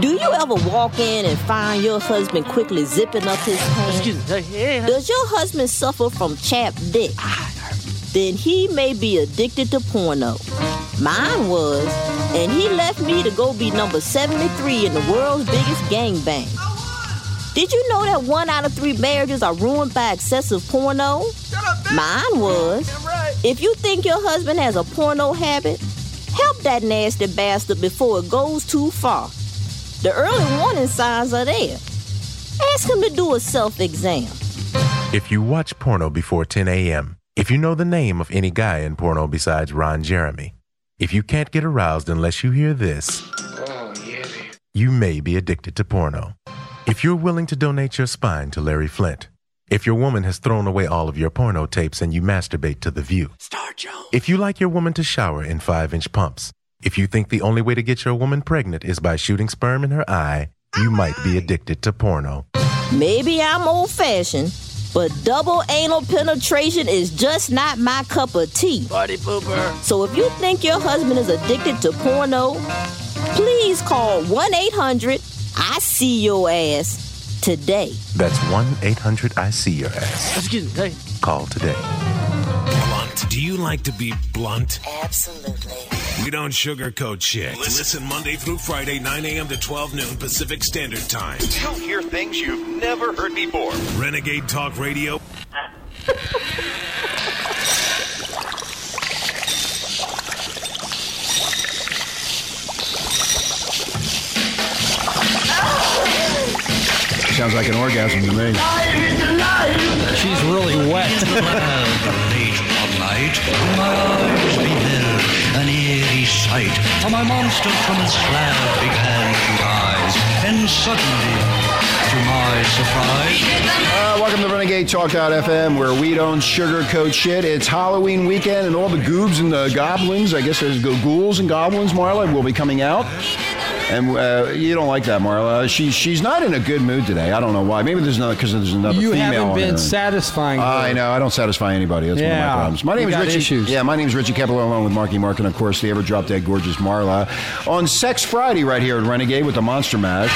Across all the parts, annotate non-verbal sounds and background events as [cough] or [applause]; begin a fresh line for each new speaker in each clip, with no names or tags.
Do you ever walk in and find your husband quickly zipping up his pants?
Excuse me. Hey, hey,
Does your husband suffer from chapped dick? Then he may be addicted to porno. Mine was, and he left me to go be number 73 in the world's biggest gangbang. Did you know that one out of three marriages are ruined by excessive porno?
Shut up, bitch.
Mine was.
Damn right.
If you think your husband has a porno habit, help that nasty bastard before it goes too far. The early warning signs are there. Ask him to do a self exam.
If you watch porno before 10 a.m., if you know the name of any guy in porno besides Ron Jeremy, if you can't get aroused unless you hear this, you may be addicted to porno. If you're willing to donate your spine to Larry Flint, if your woman has thrown away all of your porno tapes and you masturbate to the view,
Star Jones.
if you like your woman to shower in five inch pumps, if you think the only way to get your woman pregnant is by shooting sperm in her eye, you might be addicted to porno.
Maybe I'm old fashioned, but double anal penetration is just not my cup of tea.
Party pooper.
So if you think your husband is addicted to porno, please call 1 800 I See Your Ass today.
That's 1 800 I See Your Ass.
Excuse me. Hey.
Call today.
Blunt. Do you like to be blunt?
Absolutely.
We don't sugarcoat shit. Listen Monday through Friday, 9 a.m. to 12 noon Pacific Standard Time.
You'll hear things you've never heard before.
Renegade Talk Radio.
Sounds like an orgasm to me.
She's really wet.
late one night, through my eyes beheld an eerie sight. For my mom stood from the slab, big hand to eyes, and suddenly, to my surprise,
Uh, welcome to Renegade Talk.fm, where we don't sugarcoat shit. It's Halloween weekend, and all the goobs and the goblins, I guess there's go- ghouls and goblins, Marla, will be coming out. And uh, you don't like that, Marla. Uh, She, she's not in a good mood today. I don't know why. Maybe there's another, because there's another
you
female
haven't
on Uh,
been
there.
satisfying.
I
her.
know. I don't satisfy anybody. That's one of my
Yeah.
problems. My name
We
is
got
Richie.
issues.
Yeah, my name is Richie Kepler, along with Marky Mark, and of course the ever drop dead gorgeous Marla on Sex Friday right here at Renegade with the Monster Mash.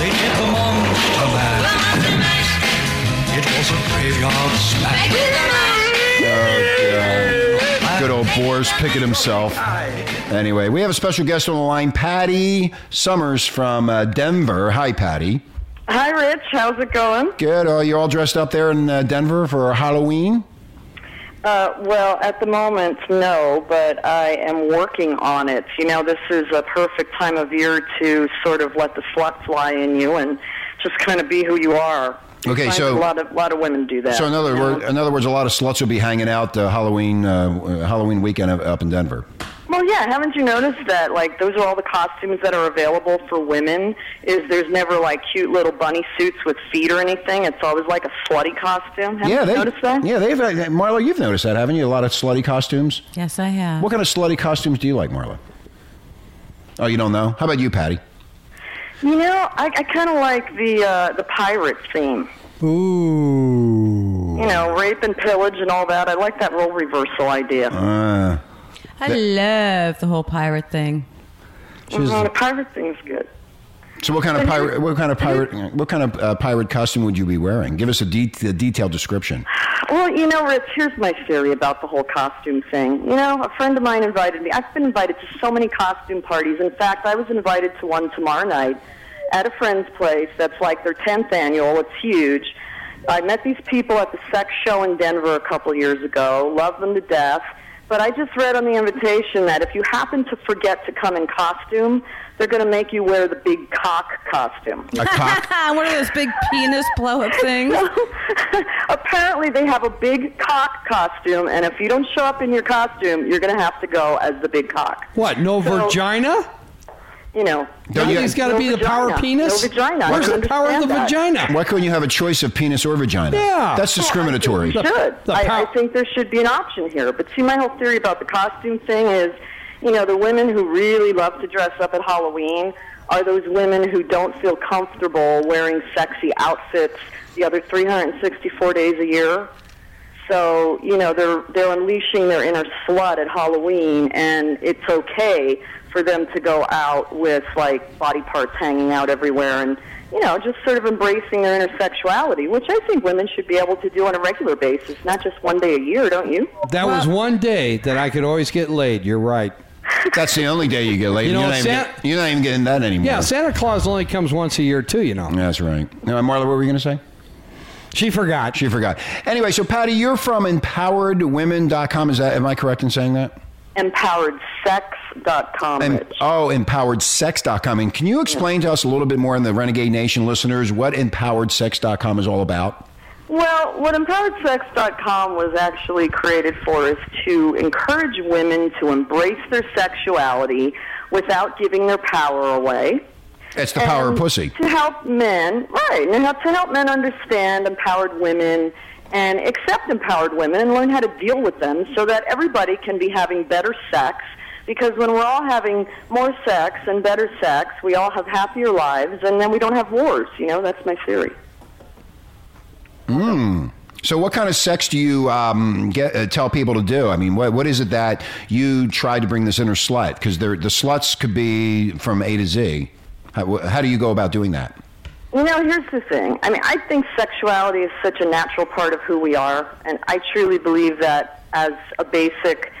they did the monster mash. It was a graveyard smash.
Oh, Good old Boris picking himself. Anyway, we have a special guest on the line, Patty Summers from uh, Denver. Hi, Patty.
Hi, Rich. How's it going?
Good. Uh, you're all dressed up there in uh, Denver for Halloween.
Uh, well, at the moment, no, but I am working on it. You know, this is a perfect time of year to sort of let the slut fly in you and just kind of be who you are.
Okay,
Find
so-
a lot of lot of women do that.
So, in other,
you know?
word, in other words, a lot of sluts will be hanging out uh, Halloween uh, Halloween weekend up- up in Denver.
Well, yeah. Haven't you noticed that? Like, those are all the costumes that are available for women. Is there's never like cute little bunny suits with feet or anything. It's always like a slutty costume. Haven't
yeah,
you
they,
noticed that?
Yeah, they've. Uh, Marla, you've noticed that, haven't you? A lot of slutty costumes.
Yes, I have.
What kind of slutty costumes do you like, Marla? Oh, you don't know? How about you, Patty?
You know, I, I kind of like the uh, the pirate theme.
Ooh.
you know, rape and pillage and all that. I like that role reversal idea.
Uh,
I love the whole pirate thing.
Mhm, the pirate thing's good.
so, what kind of pirate? What kind of pirate? What kind of uh, pirate costume would you be wearing? Give us a, de- a detailed description.
Well, you know, Rich, here's my theory about the whole costume thing. You know, a friend of mine invited me. I've been invited to so many costume parties. In fact, I was invited to one tomorrow night at a friend's place that's like their 10th annual. It's huge. I met these people at the sex show in Denver a couple years ago. Love them to death. But I just read on the invitation that if you happen to forget to come in costume, they're going to make you wear the big cock costume.
[laughs]
[laughs]
A cock.
One of those big penis blow up things.
[laughs] Apparently, they have a big cock costume, and if you don't show up in your costume, you're going to have to go as the big cock.
What? No
So-
vagina?
You know.
Don't you-
Everything's got to
No
be the power
vagina.
penis.
No vagina. I
Where's
don't
the power of the
understand
vagina?
Why couldn't you have a choice of penis or vagina?
Yeah.
that's discriminatory.
Well, I think we should.
The
I,
pow-
I think there should be an option here. But see, my whole theory about the costume thing is, you know, the women who really love to dress up at Halloween are those women who don't feel comfortable wearing sexy outfits the other 364 days a year. so you know they're they're unleashing their inner slut at Halloween, and it's okay for them to go out with like body parts hanging out everywhere, and you know just sort of embracing their inner sexuality, which I think women should be able to do on a regular basis, not just one day a year, don't you?
That was one day that I could always get laid. You're right.
That's the only day you get laid.
You
You
know,
are not even,
Santa-
get- you're not even getting that anymore.
Yeah, Santa Claus only comes once a year too. You know.
That's right. Now, Marla, what were you going to say?
She forgot.
She forgot. Anyway, so Patty, you're from empoweredwomen.com. Is that am I correct in saying that?
EmpoweredSex.com.
Em-
Rich.
oh, empoweredsex.com. And can you explain to us a little bit more in the Renegade Nation listeners what empoweredsex.com is all about?
Well, what EmpoweredSex.com was actually created for is to encourage women to embrace their sexuality without giving their power away.
It's the power of
And
pussy.
To help men, right, and help, to help men understand empowered women and accept empowered women and learn how to deal with them so that everybody can be having better sex. Because when we're all having more sex and better sex, we all have happier lives and then we don't have wars, you know? That's my theory.
So, what kind of sex do you um, get, uh, tell people to do? I mean, what, what is it that you try to bring this inner slut? Because the sluts could be from A to Z. How, wh- how do you go about doing that?
You know, here's the thing. I mean, I think sexuality is such a natural part of who we are, and I truly believe that as a basic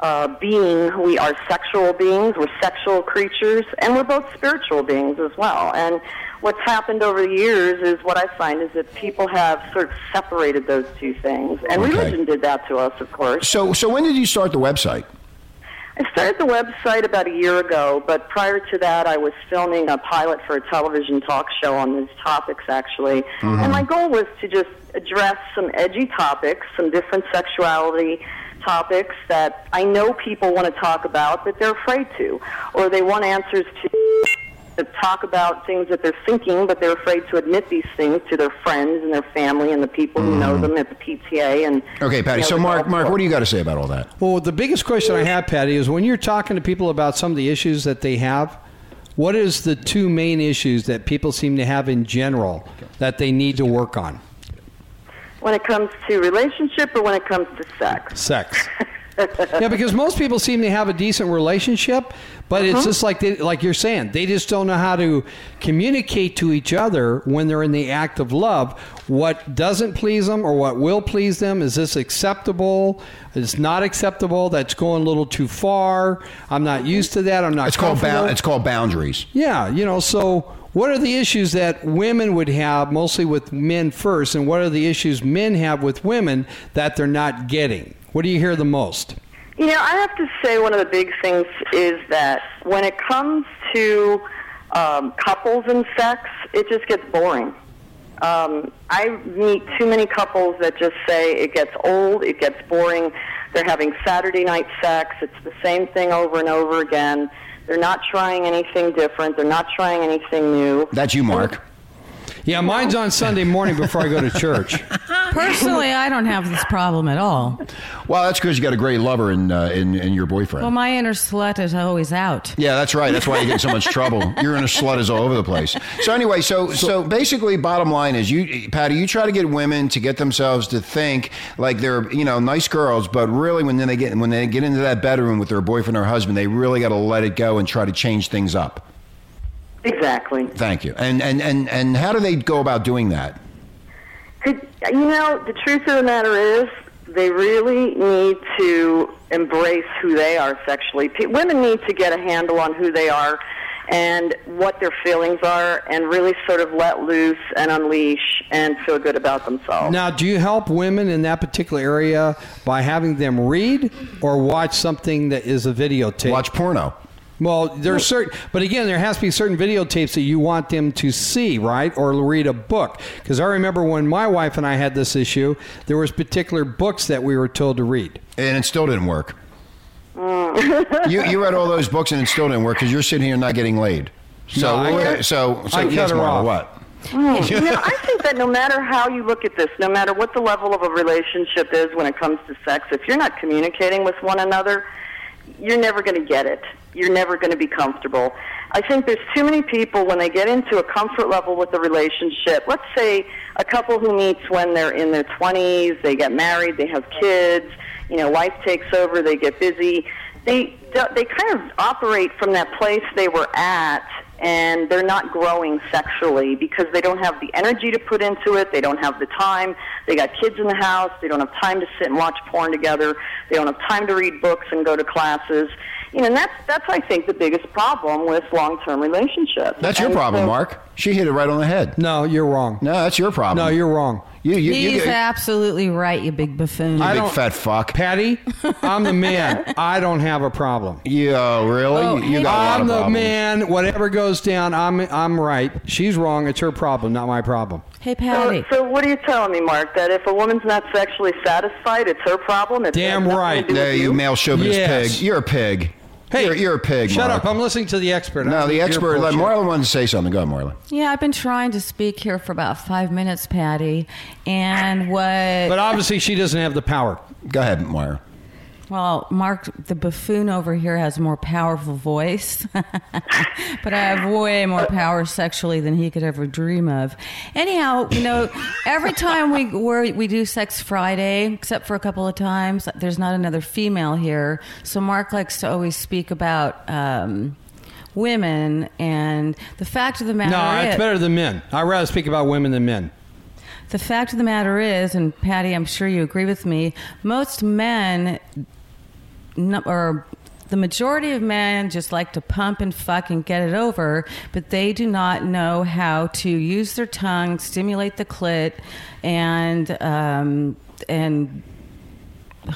uh, being, we are sexual beings, we're sexual creatures, and we're both spiritual beings as well. And what's happened over the years is what I find is that people have sort of separated those two things, and
Okay.
religion did that to us, of course.
So, so when did you start the website?
I started the website about a year ago, but prior to that, I was filming a pilot for a television talk show on these topics, actually.
Mm-hmm.
And my goal was to just address some edgy topics, some different sexuality topics that I know people want to talk about, but they're afraid to, or they want answers to. To talk about things that they're thinking, but they're afraid to admit these things to their friends and their family and the people who know them at the PTA. And
Mm-hmm. Okay, Patty.
you know,
So,
the
Mark,
golf
Mark,
course.
what do you got to say about all that?
Well, the biggest question I have, Patty, is when you're talking to people about some of the issues that they have, what is the two main issues that people seem to have in general that they need to work on?
when it comes to relationship or when it comes to sex?
Sex. yeah, because most people seem to have a decent relationship, but
Uh-huh.
it's just like they, like you're saying, they just don't know how to communicate to each other when they're in the act of love. What doesn't please them or what will please them? Is this acceptable? Is not acceptable? That's going a little too far. I'm not used to that. I'm not.
It's called
comfortable.
bound, It's called boundaries.
Yeah, you know, so what are the issues that women would have mostly with men first, and what are the issues men have with women that they're not getting? What do you hear the most?
You know, I have to say one of the big things is that when it comes to um, couples and sex, it just gets boring. Um, I meet too many couples that just say it gets old, it gets boring. They're having Saturday night sex. It's the same thing over and over again. They're not trying anything different. They're not trying anything new.
That's you, Mark.
Yeah, mine's on Sunday morning before I go to church.
Personally, I don't have this problem at all.
Well, that's because you got a great lover in uh, in, in your boyfriend.
Well, my inner slut is always out.
yeah, that's right. That's why you get in so
[laughs]
much trouble. You're in a slut is all over the place. So anyway, so, so basically, bottom line is you, Patty, you try to get women to get themselves to think like they're you know nice girls, but really when they get when they get into that bedroom with their boyfriend or husband, they really got to let it go and try to change things up.
Exactly.
Thank you. And and and and how do they go about doing that?
Could, you know, the truth of the matter is, they really need to embrace who they are sexually. P- women need to get a handle on who they are and what their feelings are, and really sort of let loose and unleash and feel good about themselves.
Now, do you help women in that particular area by having them read or watch something that is a videotape?
Watch porno.
Well, there's certain, but again, there has to be certain videotapes that you want them to see, right, or read a book. Because I remember when my wife and I had this issue, there was particular books that we were told to read.
and it still didn't work.
Mm.
you you read all those books and it still didn't work because you're sitting here not getting laid. So
No, I
what-
cut-
so so
I cut
yes,
her
Marla,
off.
what?
you know, I think that no matter how you look at this, no matter what the level of a relationship is when it comes to sex, if you're not communicating with one another, you're never going to get it. You're never going to be comfortable. I think there's too many people when they get into a comfort level with the relationship. Let's say a couple who meets when they're in their 20s, they get married, they have kids, you know, life takes over, they get busy. They they kind of operate from that place they were at and they're not growing sexually because they don't have the energy to put into it. They don't have the time. They got kids in the house. They don't have time to sit and watch porn together. They don't have time to read books and go to classes. You know, and that's that's I think the biggest problem with long-term relationships.
That's your
And
problem,
so-
Mark. She hit it right on the head.
No, you're wrong.
No, that's your problem.
No, you're wrong.
you, you, you,
He's
you
absolutely right, you big buffoon.
I
big
don't-
fat fuck.
Patty, I'm the man. I don't have a problem.
You oh, really?
Oh,
you
hey,
got a lot
I'm
of
the
problems.
man. Whatever goes down, I'm I'm right. She's wrong. It's her problem, not my problem.
hey,
So,
Patty.
so what are you telling me, Mark? That if a woman's not sexually satisfied, it's her problem. It's
Damn
it's nothing to
right.
do with
Yeah, you
you?
male chauvinist
Yes.
pig. You're a pig.
Hey,
you're, you're a pig.
Shut
Mark.
up. I'm listening to the expert.
No,
I'm-
the
you're
expert. Let
bullshit.
Marlon wanted to say something. Go, on, Marlon.
yeah, I've been trying to speak here for about five minutes, Patty. And what?
But obviously, she doesn't have the power.
Go ahead, Marlon.
Well, Mark, the buffoon over here has a more powerful voice, but I have way more power sexually than he could ever dream of. Anyhow, you know, every time we we we do Sex Friday, except for a couple of times, there's not another female here. So Mark likes to always speak about um, women, and the fact of the matter
No,
is,
it's better than men. I'd rather speak about women than men.
the fact of the matter is, and Patty, I'm sure you agree with me, most men, n- or the majority of men, just like to pump and fuck and get it over, but they do not know how to use their tongue, stimulate the clit, and, um, and,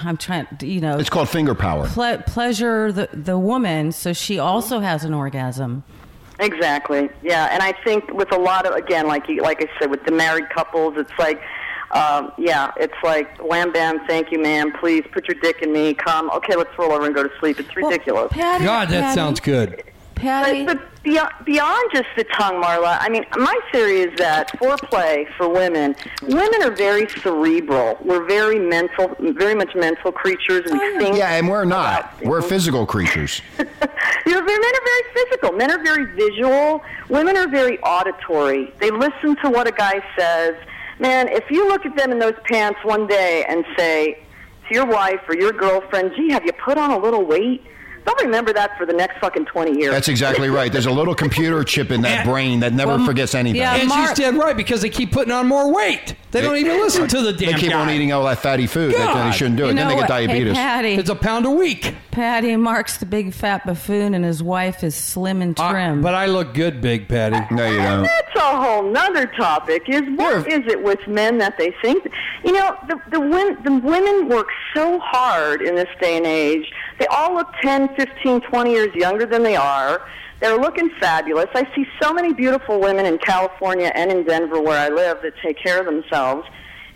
I'm trying, you know,
It's called finger power.
ple- pleasure the, the woman so she also has an orgasm.
Exactly. Yeah, and I think with a lot of again, like you, like I said, with the married couples, it's like, um, yeah, it's like wham bam, thank you, ma'am. Please put your dick in me. Come, okay, let's roll over and go to sleep. It's
Well,
ridiculous.
Patty,
God, that
Patty,
sounds good.
Patty.
But, but beyond, beyond just the tongue, Marla, I mean, my theory is that foreplay for women, women are very cerebral. We're very mental, very much mental creatures. We
Oh,
think.
Yeah, and we're not. We're physical creatures.
[laughs] You know, men are very physical. Men are very visual. Women are very auditory. They listen to what a guy says. Man, if you look at them in those pants one day and say to your wife or your girlfriend, gee, have you put on a little weight? They'll remember that for the next fucking 20 years.
That's exactly right. There's a little computer chip in that brain that never forgets anything.
yeah,
And
Mark-
she's dead right because they keep putting on more weight. They, don't even listen to the damn
They keep
guy.
on eating all that fatty food. That, that they shouldn't do it.
You
then
know
they get
what?
diabetes.
Hey, Patty.
It's a pound a week.
Patty Mark's the big fat buffoon, and his wife is slim and
I-
trim.
but I look good, Big Patty.
no, you don't.
That's a whole nother topic. Is what is it with men that they think? You know, the the, win, the women work so hard in this day and age. They all look ten, fifteen, twenty years younger than they are. They're looking fabulous. I see so many beautiful women in California and in Denver, where I live, that take care of themselves.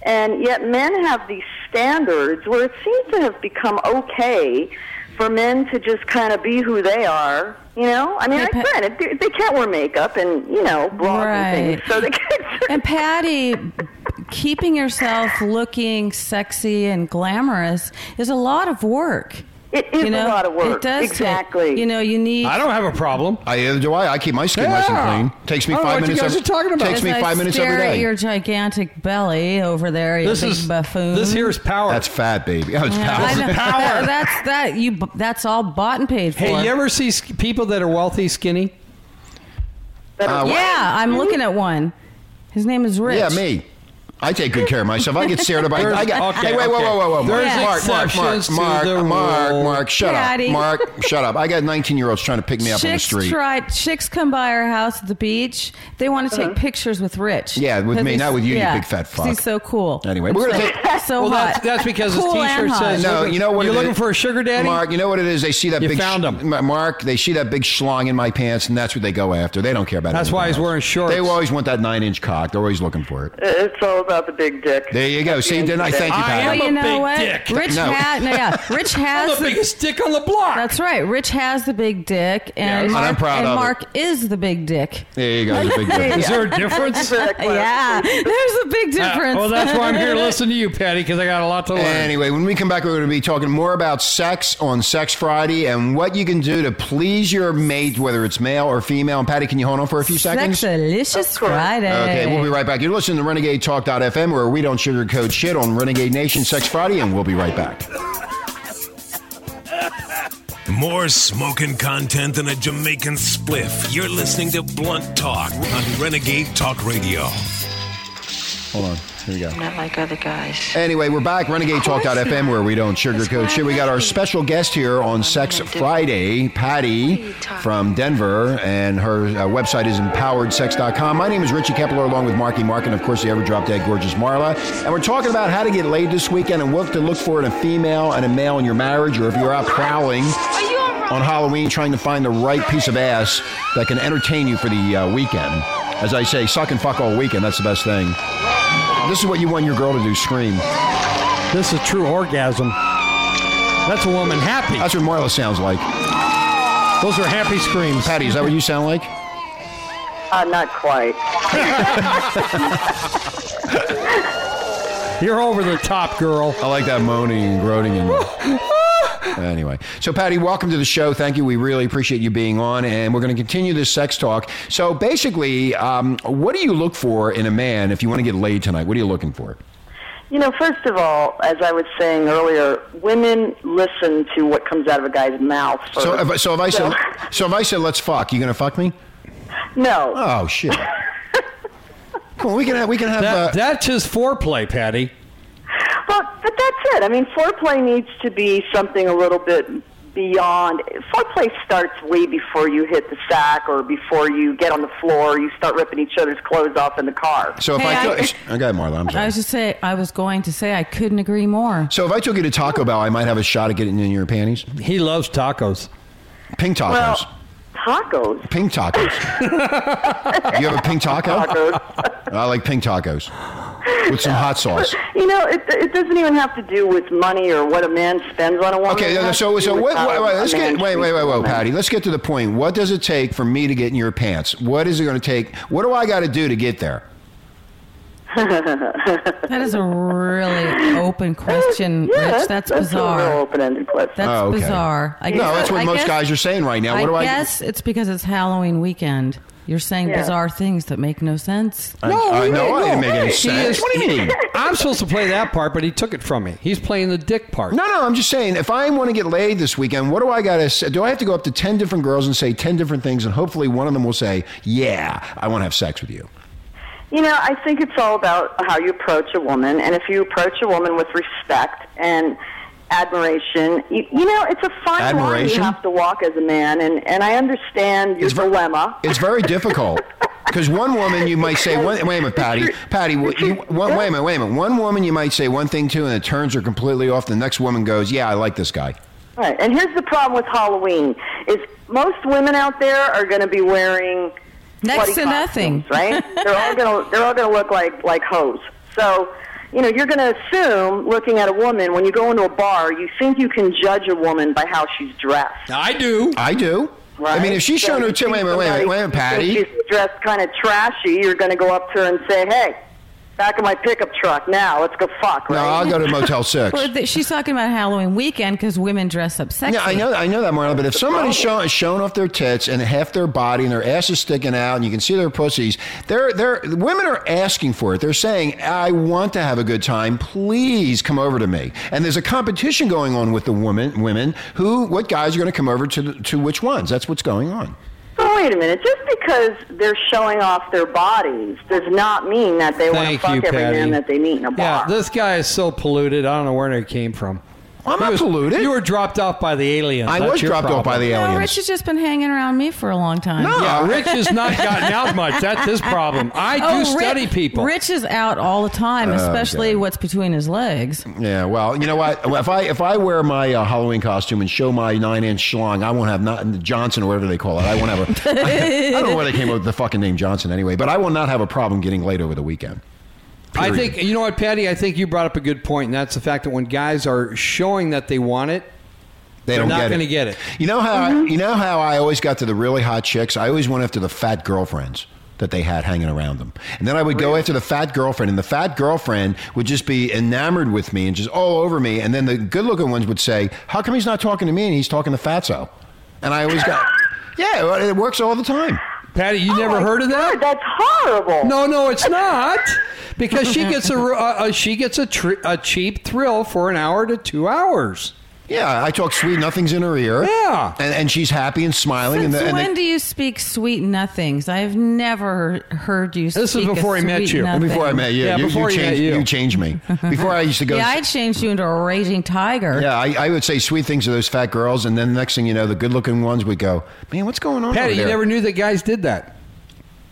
And yet, men have these standards where it seems to have become okay for men to just kind of be who they are. You know, I mean,
Hey,
I
Pat-
granted, they, they can't wear makeup and you know bras and
Right.
things, so they can't.
and Patty, keeping yourself looking sexy and glamorous is a lot of work.
[laughs] it is
you know,
a lot of work.
It does take-
exactly.
You know, you need.
I don't have a problem.
I either do I. I keep my skin nice
Yeah.
and clean. Takes me
I don't know
five
what you
minutes.
guys
every,
are talking about.
Takes
as
me
I
five minutes every
stare at
day.
your gigantic belly over there, you
This
big
is
buffoon.
This here is power.
That's fat, baby. [laughs] Oh, it's
Yeah, I know.
power.
That- that's that. You. bu- That's all bought and paid for.
hey, you ever see sk- people that are wealthy skinny?
That are-
Uh,
yeah, I'm looking at one. His name is Rich.
Yeah, me. I take good care of myself. I get stared at by. I got,
okay,
hey, wait, whoa,
okay.
whoa, whoa, whoa, Mark,
There's
Mark, Mark, Mark,
exceptions
Mark,
to the
Mark,
rule.
Mark, shut
Daddy.
up, Mark, shut up. I got 19 year olds trying to pick me up on the
Chicks
street.
try. Chicks come by our house at the beach. They want to
Uh-huh.
take pictures with Rich.
Yeah, with
'Cause
me,
he's-
not with you, you
yeah,
big fat
'cause He's
fuck.
so cool.
Anyway, we're gonna take.
so
well,
hot.
that's, that's because
cool
his
and
T-shirt
hot.
says.
No, you know what?
You're
it
looking
is?
for a sugar daddy,
Mark. You know what it is? They see that
You
big
found
sh-
him.
M- Mark. They see that big schlong in my pants, and that's what they go after. They don't care about.
That's
anything
why he's
else.
wearing shorts.
They always want that nine inch cock. They're always looking for it.
Uh, it's all about the big dick.
There you go. See, then I thank you, Patty.
Well, you know what? Rich
No.
has no, yeah. Rich has
the biggest dick on the block.
That's right. Rich has the big dick, and
Yes. And
Mark,
I'm proud
and
of it.
Mark is the big dick.
There you go. The
[laughs]
big
Is
difference.
there a difference?
Yeah, [laughs] there's a big difference.
well, that's why I'm here
[laughs]
to listen to you, Patty, because I got a lot to learn.
Anyway, when we come back, we're going to be talking more about sex on Sex Friday and what you can do to please your mate, whether it's male or female. And Patty, can you hold on for a few seconds?
Sexalicious Friday.
Okay, we'll be right back. You're listening to Renegade Talk.fm, where we don't sugarcoat shit on Renegade Nation Sex Friday, and we'll be right back.
More smoking content than a Jamaican spliff. You're listening to Blunt Talk on Renegade Talk Radio.
Hold on. Here we go.
Not like other guys.
Anyway, we're back, Renegade Talk.fm, where we don't sugarcoat shit. We got our special guest here on Sex Friday, Patty from Denver, and her uh, website is empoweredsex.com. My name is Richie Kepler, along with Marky Mark, and of course, the ever drop dead gorgeous Marla. And we're talking about how to get laid this weekend and what to look for in a female and a male in your marriage, or if you're out prowling on Halloween trying to find the right piece of ass that can entertain you for the uh, weekend. As I say, suck and fuck all weekend. That's the best thing. This is what you want your girl to do scream.
This is true orgasm. That's a woman happy.
That's what Marla sounds like.
Those are happy screams.
Patty, is that what you sound like?
Uh, not quite.
You're over the top, girl.
I like that moaning and groaning. And... [laughs] anyway, so Patty, welcome to the show. Thank you. We really appreciate you being on, and we're going to continue this sex talk. So basically, um, what do you look for in a man if you want to get laid tonight? What are you looking for?
You know, first of all, as I was saying earlier, women listen to what comes out of a guy's mouth. First.
So if, so if I said, so if I said, let's fuck, you going to fuck me?
[laughs] no,
Oh shit! Come on, we can have, we can have. uh,
That, that's his foreplay, Patty.
Well, but that's it. I mean, foreplay needs to be something a little bit beyond. Foreplay starts way before you hit the sack or before you get on the floor. You start ripping each other's clothes off in the car.
so if
Hey,
I,
I-
took, [laughs] okay, Marla, I'm
I
sorry.
was just say I was going to say I couldn't agree more.
so if I took you to Taco Bell, I might have a shot at getting in your panties.
He loves tacos.
Pink tacos.
Well, tacos.
Pink tacos. you have a pink taco?
Tacos.
[laughs] I like pink tacos with some hot sauce.
you know, it, it doesn't even have to do with money or what a man spends on a woman.
Okay, uh,
It has
so
to
so
do
what,
with
wait,
how
wait,
a
let's
man
get wait wait
treats
wait
a
wait,
woman.
Patty. Let's get to the point. What does it take for me to get in your pants? What is it going to take? What do I got to do to get there?
[laughs]
That is a really open question,
yeah,
Rich.
that's,
That's,
that's a real
bizarre.
open-ended question.
That's
Oh, okay.
bizarre. I
No, that's what
I
most
guess-
guys are saying right now. What do I?
I guess it's because it's Halloween weekend. You're saying
Yeah.
bizarre things that make no sense.
I, I know I didn't make any
He
sense.
is-
what do you mean?
I'm supposed to play that part, but he took it from me. He's playing the dick part.
No, no, I'm just saying. If I want to get laid this weekend, what do I got to? Do I have to go up to ten different girls and say ten different things, and hopefully one of them will say, "Yeah, I want to have sex with you."
You know, I think it's all about how you approach a woman, and if you approach a woman with respect and admiration, you, you know, it's a fine line
Admiration?
you have to walk as a man, and, and I understand your
It's ver-
dilemma.
It's
[laughs]
very difficult because one woman you might say, one, "Wait a minute, Patty, Patty, what- you, one, wait a minute, wait a minute." One woman you might say one thing to, and it turns her completely off. The next woman goes, "Yeah, I like this guy."
Right, and here's the problem with Halloween: is most women out there are going to be wearing
Next
bloody
to nothing.
costumes, right? they're all
[laughs]
going to they're all going to look like like hoes. So, you know, you're going to assume looking at a woman when you go into a bar, you think you can judge a woman by how she's dressed.
I do.
I do. I mean, if she's
So
showing her
you
tip,
see
wait a minute, wait a minute, wait a minute,
somebody, you
Patty.
think She's dressed kind of trashy. You're going to go up to her and say, "Hey, back in my pickup truck now. Let's go fuck." Right?
No, I'll go to
[laughs]
Motel Six.
Well, th- she's talking about Halloween weekend because women dress up sexy. Oh.
Yeah, I know, I know that, Marla. But if somebody's showing showing off their tits and half their body and their ass is sticking out, and you can see their pussies, they're they're women are asking for it. They're saying, "I want to have a good time. Please come over to me." And there's a competition going on with the woman women who what guys are going to come over to the, to which ones. That's what's going on.
But wait a minute. Just because they're showing off their bodies does not mean that they want to
Thank
fuck
you,
every
Patty.
man that they meet in a
Yeah,
bar.
this guy is so polluted. I don't know where he came from.
I'm
He
not
was-
polluted.
You were dropped off by the aliens.
I
That's
was
your
dropped off
problem.
by the
No,
aliens.
Rich has just been hanging around me for a long time.
No.
Yeah, Rich has not gotten out much. That's his problem. I do
Ri-
study people.
Rich is out all the time, especially what's between his legs.
Yeah, well, you know what? If I if I wear my uh, Halloween costume and show my nine inch schlong, I won't have not Johnson or whatever they call it. I won't have a. [laughs] I don't know where they came up with the fucking name Johnson anyway, but I will not have a problem getting laid over the weekend.
I
Period.
think you know what, Patty. I think you brought up a good point, and that's the fact that when guys are showing that they want it,
They
are
don't
not
get it.
going to get it.
You know how
Mm-hmm.
you know how I always got to the really hot chicks. I always went after the fat girlfriends that they had hanging around them, and then I would go after the fat girlfriend, and the fat girlfriend would just be enamored with me and just all over me. And then the good looking ones would say, "How come he's not talking to me and he's talking to Fatso?" And I always
[laughs]
got, yeah, well, it works all the time.
Patty,
Oh
you never heard of that?
Oh That's horrible.
No, no, it's not. Because she gets a, a, a she gets a, tr- a cheap thrill for an hour to two hours.
Yeah, I talk sweet nothings in her ear.
Yeah.
and, and she's happy and smiling. and
Since
the, and the-
when do you speak sweet nothings? I've never heard you.
This is
speak a
before I met
sweet
you.
nothing.
before I met you,
Yeah,
you,
before
you,
you
changed,
met you.
changed me. Before I used to
[laughs]
go.
Yeah, I changed you into a raging tiger.
[laughs]
Yeah, I, I would say sweet things to those fat girls, and then next thing you know, the good-looking ones would go, "Man, what's going on?"
Patty,
over
you
there?"
never knew that guys did that.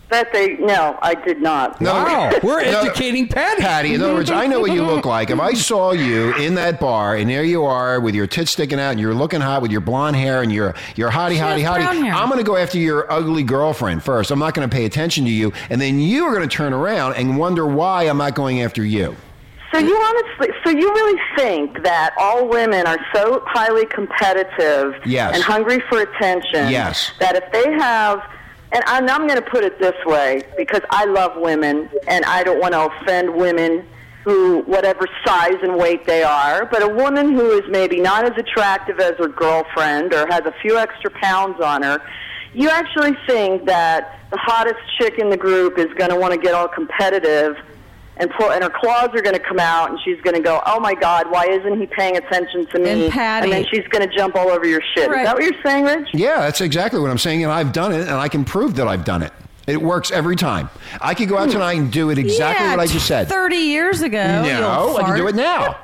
That they no, I did not.
No.
Wow,
[laughs]
we're
No.
educating Patty.
Patty, in other words, I know what you look like. If I saw you in that bar, and there you are with your tits sticking out, and you're looking hot with your blonde hair and your your hottie,
She has
hottie,
brown
hottie,
hair.
I'm going to go after your ugly girlfriend first. I'm not going to pay attention to you, and then you are going to turn around and wonder why I'm not going after you.
So you honestly, so you really think that all women are so highly competitive
Yes.
and hungry for attention
Yes.
that if they have, and I'm, I'm going to put it this way because I love women and I don't want to offend women who, whatever size and weight they are, but a woman who is maybe not as attractive as her girlfriend or has a few extra pounds on her. You actually think that the hottest chick in the group is going to want to get all competitive and pull, and her claws are going to come out, and she's going to go, "Oh my God, why isn't he paying attention to me?"
And Patty-
then she's going to jump all over your shit.
Right.
Is that what you're saying, Rich?
Yeah, that's exactly what I'm saying, and I've done it, and I can prove that I've done it. It works every time. I could go out tonight and do it exactly
Hmm. Yeah,
what I just said.
Thirty years ago. you
No,
old
I can do
fart.
it now.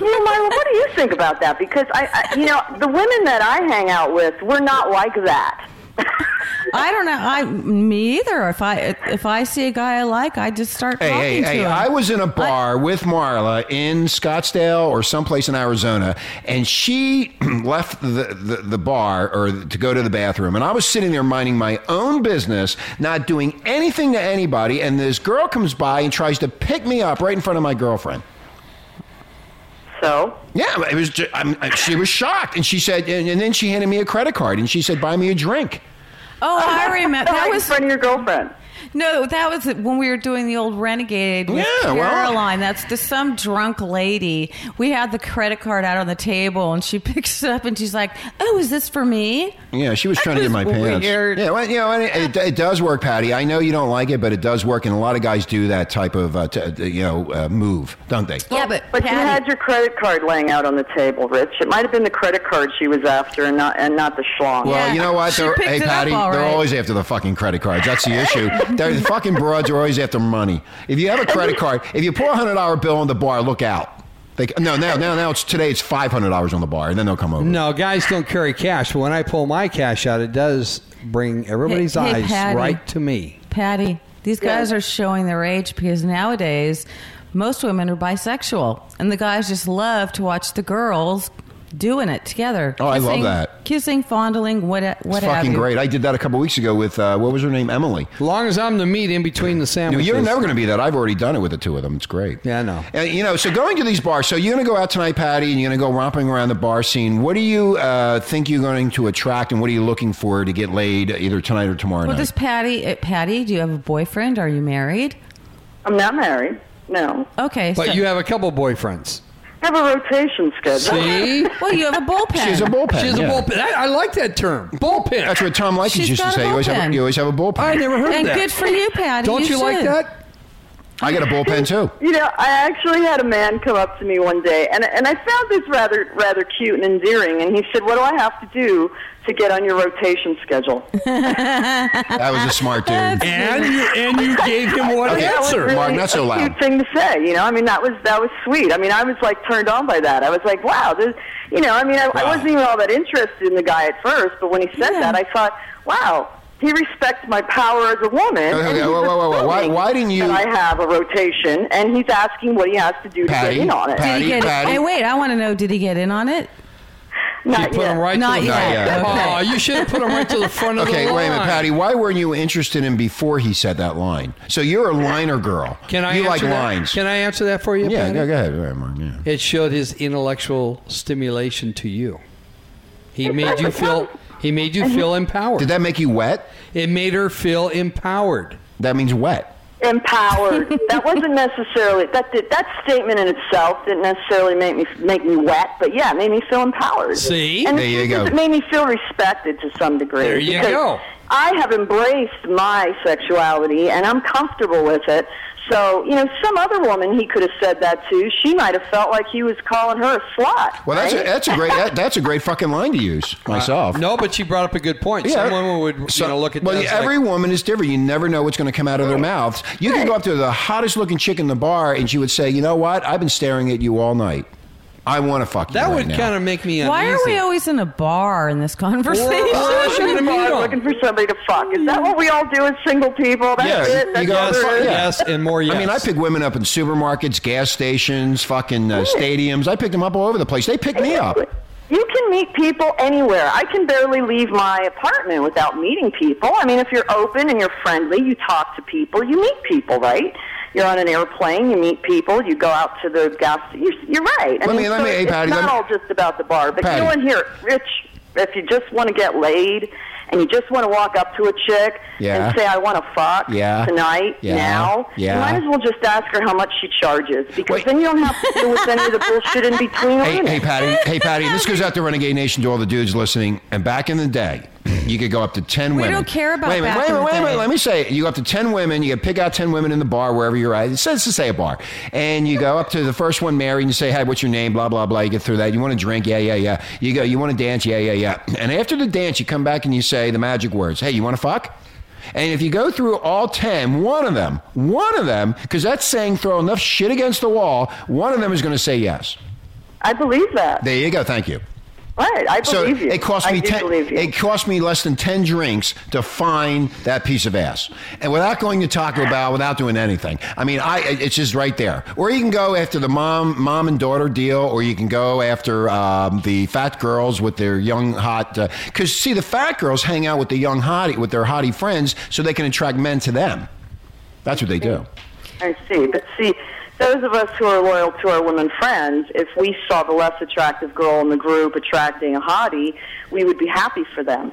You know, Myra, what do you think about that? Because I, I, you know, the women that I hang out with, we're not like that. [laughs]
I don't know. I me either. If I if I see a guy I like, I just start
Hey,
talking
hey,
to
hey!
him.
I was in a bar with Marla in Scottsdale or someplace in Arizona, and she [clears throat] left the, the the bar or to go to the bathroom, and I was sitting there minding my own business, not doing anything to anybody, and this girl comes by and tries to pick me up right in front of my girlfriend.
So
Yeah, but it was. Just, I'm, I- she was shocked, and she said, and, and then she handed me a credit card, and she said, "Buy me a drink."
oh,
[laughs]
I remember. That
right
was
in front of your girlfriend.
No, that was when we were doing the old renegade with
Yeah, well-
Caroline. That's to some drunk lady. We had the credit card out on the table, and she picks it up and she's like, "Oh, is this for me?"
Yeah, she was
That
trying to get my pants.
weird.
Yeah, well, you know, and it, it, it does work, Patty. I know you don't like it, but it does work, and a lot of guys do that type of uh, t- uh, you know uh, move, don't they?
Yeah, but
But you
Patty-
had your credit card laying out on the table, Rich. It might have been the credit card she was after, and not and not the schlong.
Well,
Yeah,
you know what?
she
They're,
picked
hey,
it up
Patty,
all
they're
right.
always after the fucking credit cards. That's the issue. they're, the fucking broads are always after money. If you have a credit card, if you pull a hundred dollar bill on the bar, look out. They, no, now, now, now it's today. It's five hundred dollars on the bar, and then they'll come over.
No, guys don't carry cash. But when I pull my cash out, it does bring everybody's
hey,
eyes
Patty.
right to me.
Patty, these guys are showing their age because nowadays most women are bisexual, and the guys just love to watch the girls doing it together.
Oh, I love
Kissing-
that.
Kissing, fondling, what, e-, what
it's
have
fucking
you.
great. I did that a couple weeks ago with uh, what was her name, Emily.
Long as I'm the meat in between the
No,
sandwiches.
you're never going to be that. I've already done it with the two of them. It's great.
Yeah, I know.
And, you know, so going to these bars. So you're going to go out tonight, Patty, and you're going to go romping around the bar scene. What do you uh, think you're going to attract, and what are you looking for to get laid either tonight or tomorrow
Well,
night?
does Patty, uh, Patty, do you have a boyfriend? Are you married?
I'm not married. No,
Okay,
But
so,
you have a couple boyfriends.
I have a rotation
[laughs]
schedule.
See?
well, you have a bullpen.
She's a bullpen.
She's
yeah.
a bullpen. I, I like that term. Bullpen.
That's what Tom Likens
She's
used to
got a
say. You always, have,
bullpen.
you always have a bullpen.
I never heard
and
that.
good for you, Patty.
Don't you, like
should.
that?
I got a bullpen too.
You know, I actually had a man come up to me one day, and and I found this rather rather cute and endearing. And he said, "What do I have to do to get on your rotation schedule?"
That was a smart dude.
And you
[laughs]
and you gave him what
Okay.
answer?
Mark, not so
a
loud.
Cute thing to say, you know. I mean, that was that was sweet. I mean, I was like turned on by that. I was like, wow, this, you know. I mean, I, I wasn't even all that interested in the guy at first, but when he said
Yeah.
that, I thought, wow. He respects my power as a woman.
Okay,
and
okay,
he's
whoa, whoa, whoa, whoa. Why-
assuming
why didn't you-
That I have a rotation, and he's asking what he has to do to
Patty,
get in on it.
Patty,
Did he get?
Patty.
Hey, wait! I want to know. Did he get in on it?
you put them right
Not
to the
yet.
Not yet.
Oh, you should have put them right to the front of
Okay,
the line.
wait a minute, Patty. Why weren't you interested in before he said that line? So you're a liner girl.
Can I
You
answer
like
that?
lines?
Can I answer that for you?
yeah,
Patty?
go, go ahead. All right, Mark, yeah.
It showed his intellectual stimulation to you.
[laughs]
He made you feel. He made you feel empowered.
Did that make you wet?
it made her feel empowered.
That means wet.
Empowered. that wasn't necessarily that. Did, that statement in itself didn't necessarily make me make me wet, but yeah, it made me feel empowered.
See?
and
There you
it,
go.
It made me feel respected to some degree.
There you
because
go.
I have embraced my sexuality and I'm comfortable with it. So you know, some other woman he could have said that to. She might have felt like he was calling her a slut.
Well, that's a,
right?
that's a great that,
[laughs]
that's a great fucking line to use. Myself.
Uh, No, but she brought up a good point.
Yeah.
Some women would, you know, look at
well,
that. as
every
like,
woman is different. You never know what's going to come out of their mouths. You can go up to the hottest looking chick in the bar, and she would say, "You know what? I've been staring at you all night. I want to fuck you."
that
right
would
now."
kind of make me uneasy.
Why are we always in a bar in this [laughs] conversation?
Well, she's gonna meet him.
Looking for somebody to fuck. Is that what we all do as single people? That's
Yeah,
it.
you
That's all
guys-
there is?
yeah.
Yes, and more. Yes.
I mean, I pick women up in supermarkets, gas stations, fucking uh, stadiums. I picked them up all over the place. They picked me up.
You can meet people anywhere. I can barely leave my apartment without meeting people. I mean, if you're open and you're friendly, you talk to people, you meet people, right? You're on an airplane, you meet people, you go out to the gas. You're, you're right. I
Let me-
mean,
let
so
me- hey,
it's
Patty, let
not
me-
all just about the bar, but
Patty.
you know, in here, Rich, if you just want to get laid and you just want to walk up to a chick
Yeah.
and say, "I want to fuck
Yeah.
tonight,
Yeah.
now,"
Yeah.
you might as well just ask her how much she charges because
Wait.
then you don't have to deal
[laughs]
with any of the bullshit in between.
Hey,
women.
hey, Patty. Hey, Patty. This goes out to Renegade Nation to all the dudes listening. And back in the day, you could go up to ten women.
don't care about
Wait, a minute,
back
wait, a
in the
minute, wait, a minute.
day.
Let me say, it. you go up to ten women. You could pick out ten women in the bar wherever you're at. It says to say a bar, and you go up to the first one, Mary, and you say, "Hey, what's your name?" Blah blah blah. You get through that. You want to drink? Yeah, yeah, yeah. You go. You want to dance? Yeah, yeah, yeah. And after the dance, you come back and you say the magic words. Hey, you want to fuck? And if you go through all 10, one of them, one of them, because that's saying throw enough shit against the wall, one of them is going to say yes.
I believe that.
There you go. Thank you.
right. I
So
believe you.
it cost
I
me
do
ten.
believe you.
It cost me less than ten drinks to find that piece of ass, and without going to Taco Bell, without doing anything. I mean, I it's just right there. Or you can go after the mom, mom and daughter deal, or you can go after um, the fat girls with their young hot. Because see, the fat girls hang out with the young hottie with their hottie friends, so they can attract men to them. That's what they do.
I see. But see, those of us who are loyal to our women friends, if we saw the less attractive girl in the group attracting a hottie, we would be happy for them.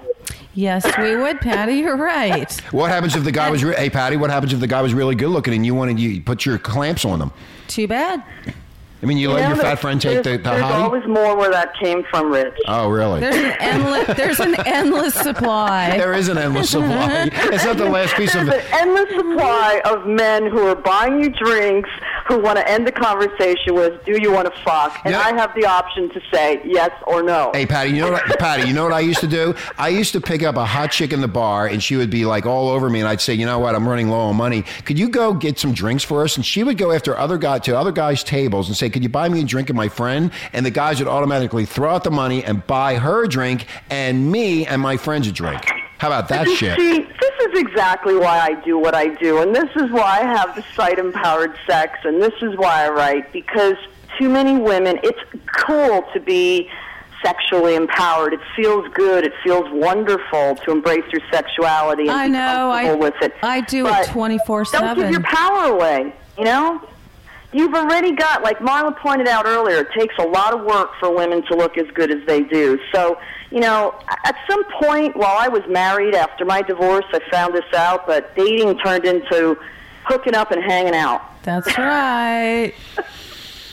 yes, we would, Patty. You're right.
What happens if the guy was? Re- hey, Patty. What happens if the guy was really good looking and you wanted you put your clamps on him?
Too bad.
I mean, you let
You know,
your fat
there's-
friend take the,
there's-
the
There's
hottie?
always more where that came from, Rich.
Oh, really?
There's an endless. There's an endless supply.
[laughs] There is an
[laughs]
endless supply. It's not the last piece
There's
of
an endless supply of men who are buying you drinks who want to end the conversation with, "Do you want to fuck?" And
Yeah.
I have the option to say yes or no.
Hey Patty, you know what? Patty, you know what I used to do? I used to pick up a hot chick in the bar, and she would be like all over me, and I'd say, "You know what? I'm running low on money. Could you go get some drinks for us?" And she would go after other guy to other guys' tables and say, "Could you buy me a drink and my friend?" And the guys would automatically throw out the money and buy her a drink and me and my friends a drink. How about that
But you
shit?
See, this is exactly why I do what I do, and this is why I have the site empowered sex, and this is why I write because too many women. It's cool to be sexually empowered. It feels good. It feels wonderful to embrace your sexuality and
I
be
know, I-
comfortable with it.
I do it
But
24/7.
Don't give your power away. You know. You've already got, like Marla pointed out earlier, it takes a lot of work for women to look as good as they do. So, you know, at some point while I was married after my divorce, I found this out, but dating turned into hooking up and hanging out.
That's right.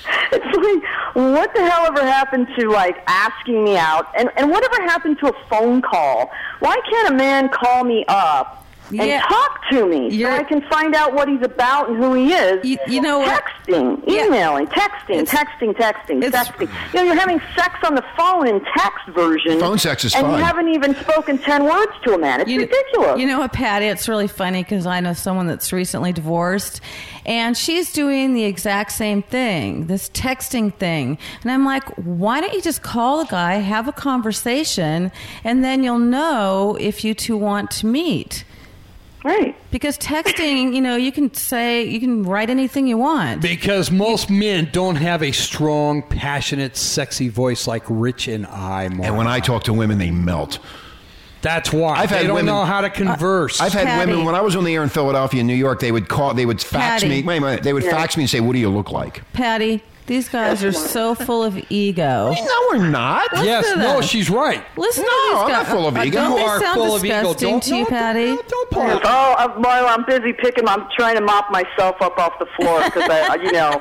[laughs] It's like, what the hell ever happened to, like, asking me out? And, and whatever happened to a phone call? Why can't a man call me up? And
Yeah.
talk to me
You're-
so I can find out what he's about and who he is.
You- you know what?
texting,
Yeah.
emailing, texting, texting, texting,
it's-
texting. You know, you're having sex on the phone in text version.
Phone sex is
and
fun.
you haven't even spoken ten words to a man. It's
You-
ridiculous.
You know what, Patty? It's really funny because I know someone that's recently divorced, and she's doing the exact same thing, this texting thing. And I'm like, why don't you just call the guy, have a conversation, and then you'll know if you two want to meet.
Right.
Because texting, you know, you can say, you can write anything you want.
Because most men don't have a strong, passionate, sexy voice like Rich and I. Mark.
And when I talk to women, they melt.
That's why
I've had
they don't
women-
know how to converse.
I've had
Patty.
women when I was on the air in Philadelphia, and New York. They would call. They would fax
Patty.
me. Wait a minute. They would fax me and say, "What do you look like?"
Patty, these guys are so full of ego.
No, we're not.
yes,
to
no,
this.
she's right.
Listen
No,
to these
I'm
guys.
not full of
Uh,
ego.
Don't
You
they
are
sound
full of ego.
disgusting
Don't-
to you,
no, don't-
Patty?
no, don't pull
Oh, uh, Marla, I'm busy picking. I'm trying to mop myself up off the floor because I,
[laughs]
you know.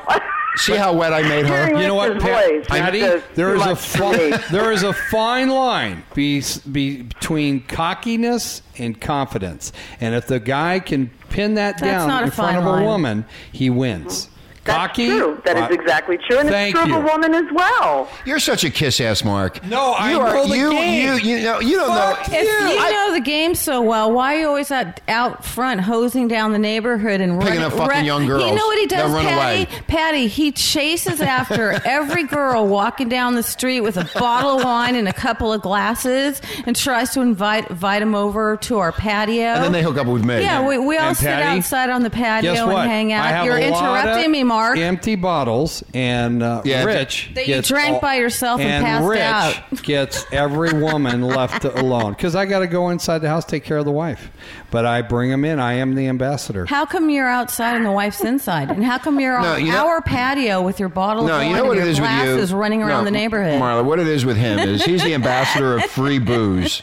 See how wet I made her.
Hearing
You know what,
Rich's
Pat-
voice is
Patty?
just
There
too
is a
much for me.
fi- [laughs] there is a fine line be, be, between cockiness and confidence, and if the guy can pin that
That's
down
not
in
a
front
fine
of a
line.
woman, he wins.
That's
Cocky.
true. That is
Right.
exactly true, and
Thank
it's true
you.
of a woman as well.
You're such a kiss ass, Mark.
No, I
you
know the
you,
game.
You, you know, you don't
Fuck
know.
If you
I-
know the game so well, why are you always out, out front hosing down the neighborhood and
Picking
running,
up fucking young girls.
You know what he
They'll
does,
run
Patty?
away.
Patty, he chases after every girl walking down the street with a bottle of wine and a couple of glasses, and tries to invite invite him over to our patio.
And then they hook up with me.
Yeah, we, we all
And
sit
Patty,
outside on the patio
Guess
and
what?
hang
I
out.
have
You're
a lot
interrupting
of
me, Mark.
Empty bottles and uh,
Yeah.
Rich
That you
gets
drank by yourself and passed
Rich
out.
[laughs] gets every woman left alone because I got to go inside the house take care of the wife, but I bring him in. I am the ambassador.
How come you're outside and the wife's inside? And how come you're on
No, you know-
our patio with your bottle of
No,
wine
you know
and
what
your
it is with you.
glasses running around the
No,
neighborhood?
Marla, what it is with him is he's the ambassador of
[laughs]
free booze.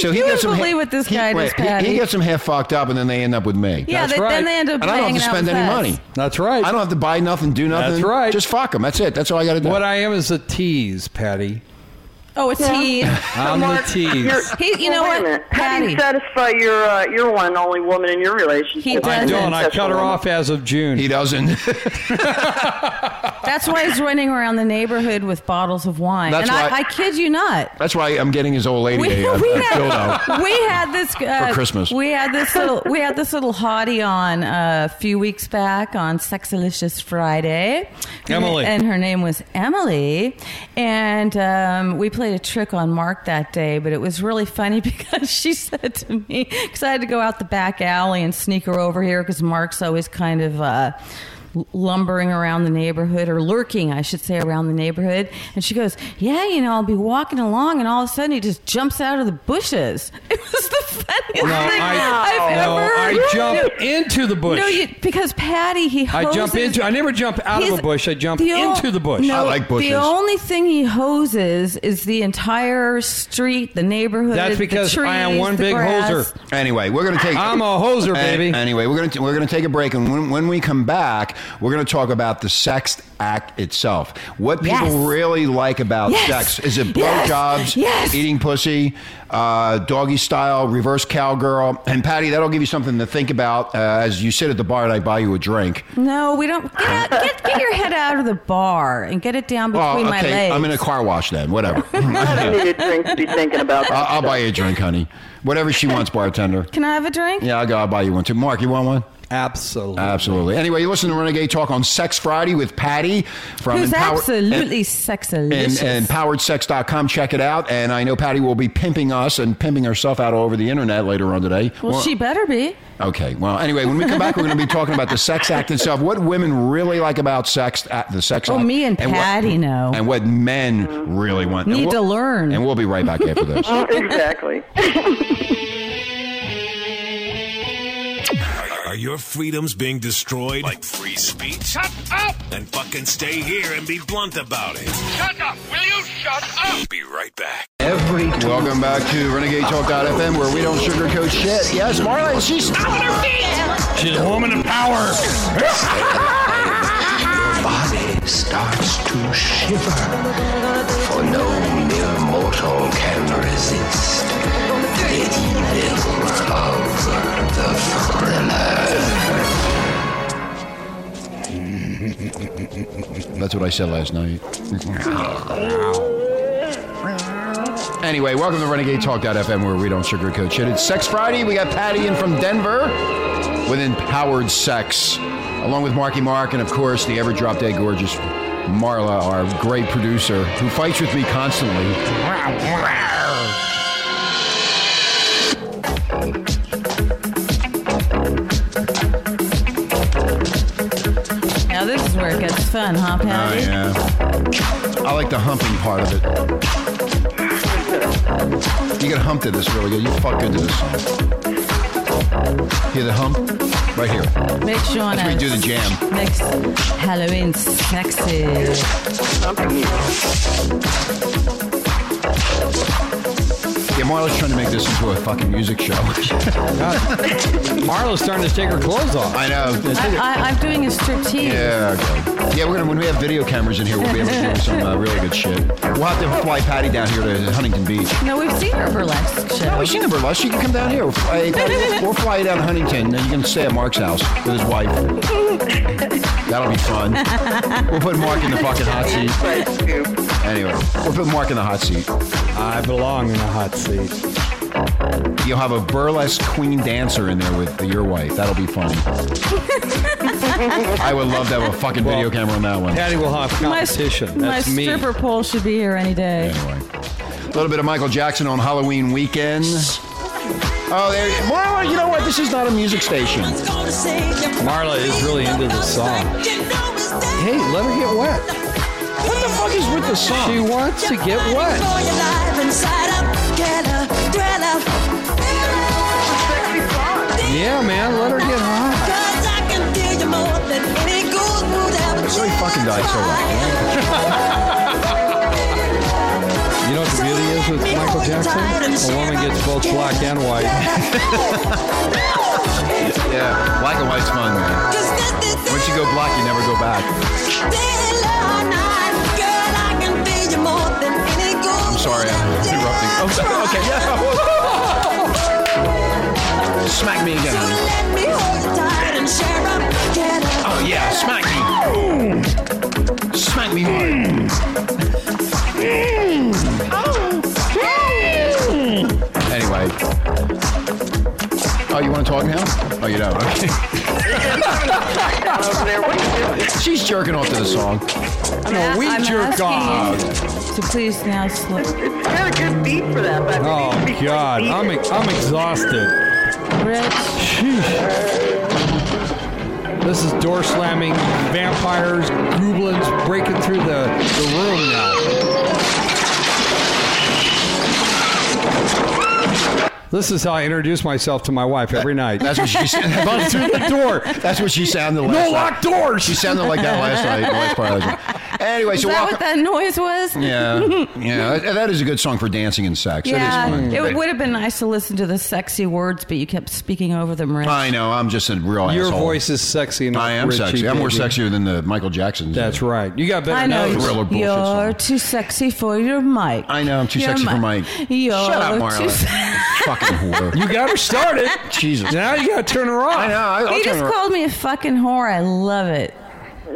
So he
You
gets
wouldn't
some
believe what this
he-
guy
wait,
does,
he-
Patty.
He, gets them half fucked up, and then they end up with me.
yeah,
That's
they,
right.
then they end up
and I don't
hanging
have to
out
spend
with
any
us.
money.
That's right.
I don't have to buy nothing, do nothing.
That's right.
Just fuck them. That's it. That's all I got to do.
What I am is a tease, Patty.
Oh, it's he.
[laughs] I'm the
You're-
tease.
He- you
well,
know
wait a
what,
minute. How do you
Patty?
satisfy your uh, your one and only woman in your relationship?
He
I
doesn't.
don't. I cut her off as of June.
he doesn't.
That's why he's running around the neighborhood with bottles of wine.
[laughs] That's
and I,
why-
I kid you not.
That's why I'm getting his old lady
we,
a,
[laughs]
a
we
dildo.
had, we had this uh,
For Christmas.
We had this little we had this little hottie on uh, a few weeks back on Sexalicious Friday. Her
Emily.
na- and her name was Emily, and um, we played a trick on Mark that day. But it was really funny [laughs] because she said to me because I had to go out the back alley and sneak her over here because Mark's always kind of. Uh, l- lumbering around the neighborhood or lurking i should say around the neighborhood and she goes yeah you know i'll be walking along and all of a sudden he just jumps out of the bushes [laughs] it was the funniest
No,
thing
I,
have
no,
ever
I
heard.
jump into the bush.
no you, because patty he
I jump
hoses-
into. I never jump out of
He's-
a bush. I jump
the o-
into the bush.
no,
I like bushes.
The only thing he hoses is the entire street, the neighborhood.
That's
the
because I am
trees,
one
the
big
grass.
hoser.
Anyway, we're gonna take.
I'm a hoser, baby.
Anyway, we're gonna we're gonna take a break, and when, when we come back, we're gonna talk about the sex act itself. What people
Yes.
really like about
Yes.
sex is it
Yes.
blowjobs,
Yes.
eating pussy, uh, doggy style, reverse cowgirl, and Patty. That'll give you something to think about uh, as you sit at the bar and I buy you a drink.
No, we don't. Get, out, get, get your head out of the bar and get it down
Oh,
between my
okay.
legs.
I'm in a car wash
[laughs]
then. Whatever.
[laughs]
[laughs]
I don't need a drink to be thinking about that.
I'll, I'll buy you a drink, honey. Whatever she wants, bartender.
Can I have a drink?
Yeah, I'll go. I'll buy you one too. Mark, you want one?
Absolutely.
Absolutely. Anyway, you listen to Renegade Talk on Sex Friday with Patty from
Who's
Empower-
absolutely
and,
sexalicious.
and empoweredsex.com. Check it out. And I know Patty will be pimping us and pimping herself out all over the internet later on today.
well, she better be.
Okay. Well, anyway, when we come back, we're going to be talking about the sex act itself. What women really like about sex, act, the sex
Oh,
act.
me and
what-
Patty know.
And what men really want. And
Need to learn.
And we'll be right back after this.
[laughs] exactly.
Are your freedoms being destroyed? Like free speech? Shut up! And fucking stay here and be blunt about it. Shut up! Will you shut up? Be right back.
Welcome back to Renegade Talk.fm, where we don't sugarcoat shit. Yes, Marla, she's stomping her feet.
She's a woman of power.
body starts to shiver, for no mere mortal can resist the evil of the thriller.
That's what I said last night. anyway, welcome to Renegade Talk.fm where we don't sugarcoat shit. It's Sex Friday. We got Patty in from Denver with Empowered Sex, along with Marky Mark, and of course, the ever drop dead gorgeous Marla, our great producer, who fights with me constantly.
where it gets fun, huh,
Oh,
Patty?
yeah. I like the humping part of it. You get humped to this really good. You fucked into this song. Hear the hump? Right here.
Make sure
That's where you do the jam.
Next Halloween sexy.
Yeah, Marla's trying to make this into a fucking music show. [laughs]
Marla's starting to take her clothes off.
I know.
I, I, I'm doing a striptease.
Yeah, okay. Yeah, we're gonna when we have video cameras in here, we'll be able to do some uh, really good shit. We'll have to fly Patty down here to Huntington Beach.
No, we've seen her burlesque show.
Oh, she never left. She can come down here. We'll fly, we'll fly you down to Huntington, and you can stay at Mark's house with his wife. That'll be fun. We'll put Mark in the fucking hot seat. Anyway, we'll put Mark in the hot seat.
I belong in a hot seat.
You'll have a burlesque queen dancer in there with your wife. That'll be fun. I would love to have a fucking video camera on that one.
Patty will have
my
competition.
my
That's me.
stripper pole should be here any day.
Anyway, a little bit of Michael Jackson on Halloween weekend. Oh, there. Well, you know what? This is not a music station.
Marla is really into this song. Hey, let her get wet.
What the fuck is with the song?
She wants to get wet. Yeah, man, let her get hot.
So he fucking died so well.
You know what the beauty is with Michael Jackson? A woman gets both black and
[laughs]
white. [laughs]
Yeah, black and white's fun, man. Once you go black, you never go back. I'm sorry, I'm interrupting. Oh, sorry, okay, yeah. [laughs] smack me again. honey. Oh yeah, smack me. Smack me hard. Anyway. Oh, you want to talk now? Oh, you don't. Okay.
[laughs]
She's jerking off to the song.
No,
we
I'm
jerk
asking
off.
you To please now slow.
It's got a good beat for that, but
Oh God, I'm I'm exhausted.
Rich,
Sheesh. This is door slamming, vampires, goblins breaking through the, the room now. This is how I introduce myself to my wife every night.
That's what she
Bust
sounded.
through the [laughs] door.
[laughs] That's what she sounded like.
No locked doors.
She sounded like that last night. the Last part of the- Anyway,
is
so
that
welcome.
what that noise was?
[laughs] Yeah, yeah, that- that is a good song for dancing and sex.
Yeah,
that is fun.
it would have been nice to listen to the sexy words, but you kept speaking over them, Rich.
I know. I'm just a real
Your
asshole.
voice is sexy. enough,
I am
Richie,
sexy. I'm more
baby.
sexier than the Michael Jacksons.
That's right. You got better
I know
nose.
Thriller bullshit
you're
song.
too sexy for your mic.
I know. I'm too
Your
sexy for Mike.
mic. You're
Shut up,
Oh, too
Marla.
se- [laughs]
Fucking whore.
You got her started.
Jesus.
Now you got to turn her off.
I know. I, I'll
he
turn
just
her-
called me a fucking whore. I love it.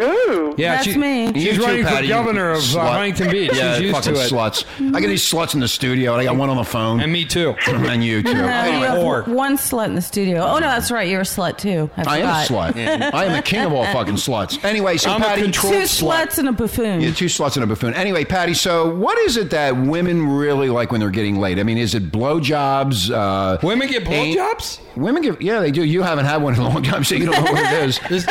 Ooh.
Yeah,
That's
she-
me.
She's
You too,
running
Patty,
for
you
governor of uh,
slut.
Huntington Beach.
Yeah,
She's used
fucking
to it.
sluts. I got these sluts in the studio, and I got one on the phone,
And me too.
[clears throat] and you too.
Uh, you
Anyway,
have
whore.
one slut in the studio. Oh no, that's right. You're a slut too. I,
I am a
forgot.
slut. I am the king of all fucking sluts. Anyway, so
I'm a
Patty,
control
Two
slut.
sluts and a buffoon.
Yeah, two sluts and a buffoon. Anyway, Patty, so what is it that women really like when they're getting laid? I mean, is it blowjobs? Uh,
Women get
ain't-
blowjobs?
Women give, yeah, they do. You haven't had one in a long [laughs] time, so you don't know what it is.
Is-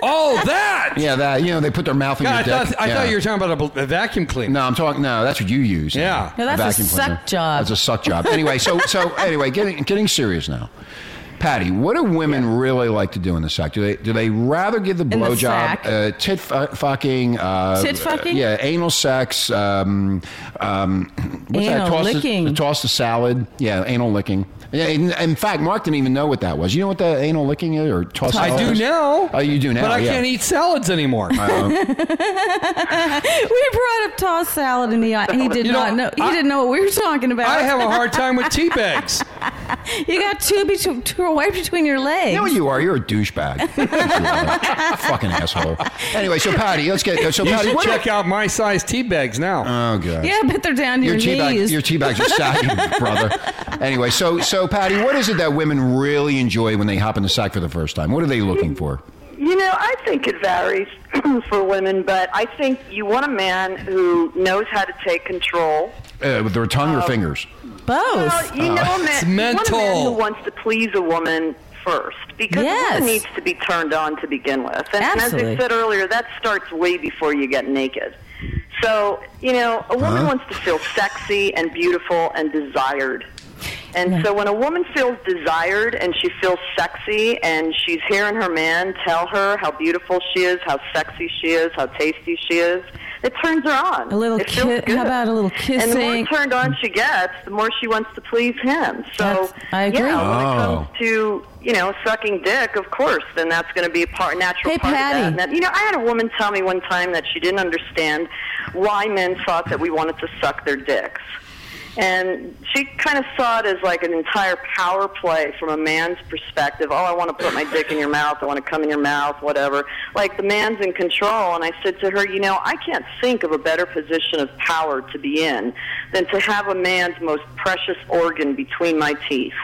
Oh, that!
[laughs] Yeah, that, you know, they put their mouth in
God, I,
your dick.
thought, I
yeah.
thought you were talking about a, bl- a vacuum cleaner.
No, I'm talking. No, that's what you use.
Yeah.
No, that's a
vacuum cleaner.
suck job.
That's a suck job. Anyway,
[laughs]
so so anyway, getting getting serious now. Patty, what do women really like to do in the sack? Do they do they rather give the
the
blowjob,
sack?
uh, tit fu- fucking, uh,
Tit fucking?
yeah, anal sex, um, um, what's that?
Anal
Toss The,
licking.
toss the salad, yeah, anal licking. Yeah, in, in fact, Mark didn't even know what that was. You know what the anal licking is or toss?
I
salad
do
is?
now.
Oh, you do now.
But I
yeah.
can't eat salads anymore.
we brought up tossed salad and he, uh, he did
[laughs] You know,
not know. He
I-
didn't know what we were talking about.
I have a hard
[laughs]
time with tea bags.
you got two, between, two away between your legs.
You know what you are. You're a
[laughs]
douchebag. Fucking asshole. Anyway, so Patty, let's get. So
You
Patty,
should
what?
check out my size tea bags now.
oh god.
yeah, but they're down to
Your
your,
tea, bag,
knees.
your tea bags are sagging,
[laughs]
brother. Anyway, so so Patty, what is it that women really enjoy when they hop in the sack for the first time? What are they looking for?
You know, I think it varies [clears throat] for women, but I think you want a man who knows how to take control.
Uh, with their
Oh.
tongue or fingers?
Both. Oh.
Well, you know, a man, you want a man
mental.
who wants to please a woman first because
Yes.
it needs to be turned on to begin with. And,
Absolutely.
as I said earlier, that starts way before you get naked. So, you know, a woman wants to feel sexy and beautiful and desired. And so when a woman feels desired and she feels sexy and she's hearing her man tell her how beautiful she is, how sexy she is, how tasty she is, it turns her on.
A little
it feels
ki- how
good.
about a little
And the more
kissing?
turned on she gets, the more she wants to please him.
Mm.
So
That's- I agree.
yeah, when it
Oh.
comes to you know sucking dick, of course, then that's going to be a part natural
Hey,
part
Patty.
of that. And that. You know, I had a woman tell me one time that she didn't understand why men thought that we wanted to suck their dicks. And she kind of saw it as like an entire power play from a man's perspective. Oh, I want to put my dick in your mouth. I want to come in your mouth, whatever. Like the man's in control. And I said to her, you know, I can't think of a better position of power to be in than to have a man's most precious organ between my teeth.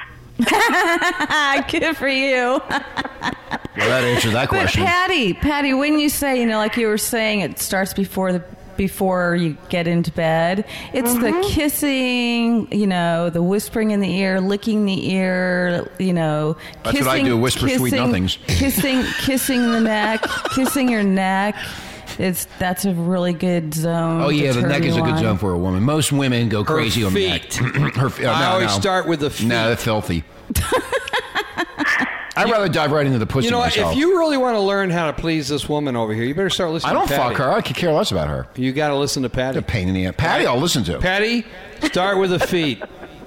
[laughs] Good for you.
Well, that answers that
But
question.
Patty, Patty, wouldn't you say, you know, like you were saying, it starts before the before you get into bed. It's the kissing, you know, the whispering in the ear, licking the ear, you know,
That's what I do, whisper sweet nothings.
Kissing kissing the neck, kissing your neck. It's that's a really good zone.
Oh
to
yeah, the
turn
neck is a
you
good
on.
zone for a woman. Most women go
Her
crazy
feet.
on the neck. [clears throat] Her feet.
I always start with the feet.
No, they're
[laughs]
filthy. I'd rather dive right into the pussy
You know, what?
myself.
if you really want to learn how to please this woman over here, you better start listening.
I don't
to Patty.
fuck her. I could care less about her.
You got to listen to Patty.
The pain in the ass. Patty, I'll listen to.
Patty, start with the feet.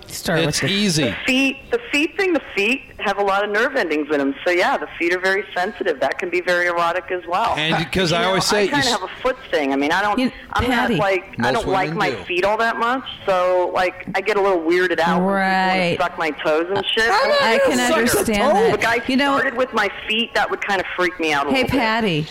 Start
it's
with the-
easy.
Feet, the feet thing, the feet have a lot of nerve endings in them. So yeah, the feet are very sensitive. That can be very erotic as well.
And because
You
I
know,
always say,
I
you
kind of
s-
have a foot thing. I mean, I don't.
You-
I'm
Patty.
not like I
Most
don't like
women
my
do.
feet all that much. So like I get a little weirded out. when people wanna
Right.
Suck my toes and shit.
I can
Suck your
understand
toe.
that.
If I
You know-
started with my feet. That would kind of freak me out. A
Hey,
little bit.
Patty.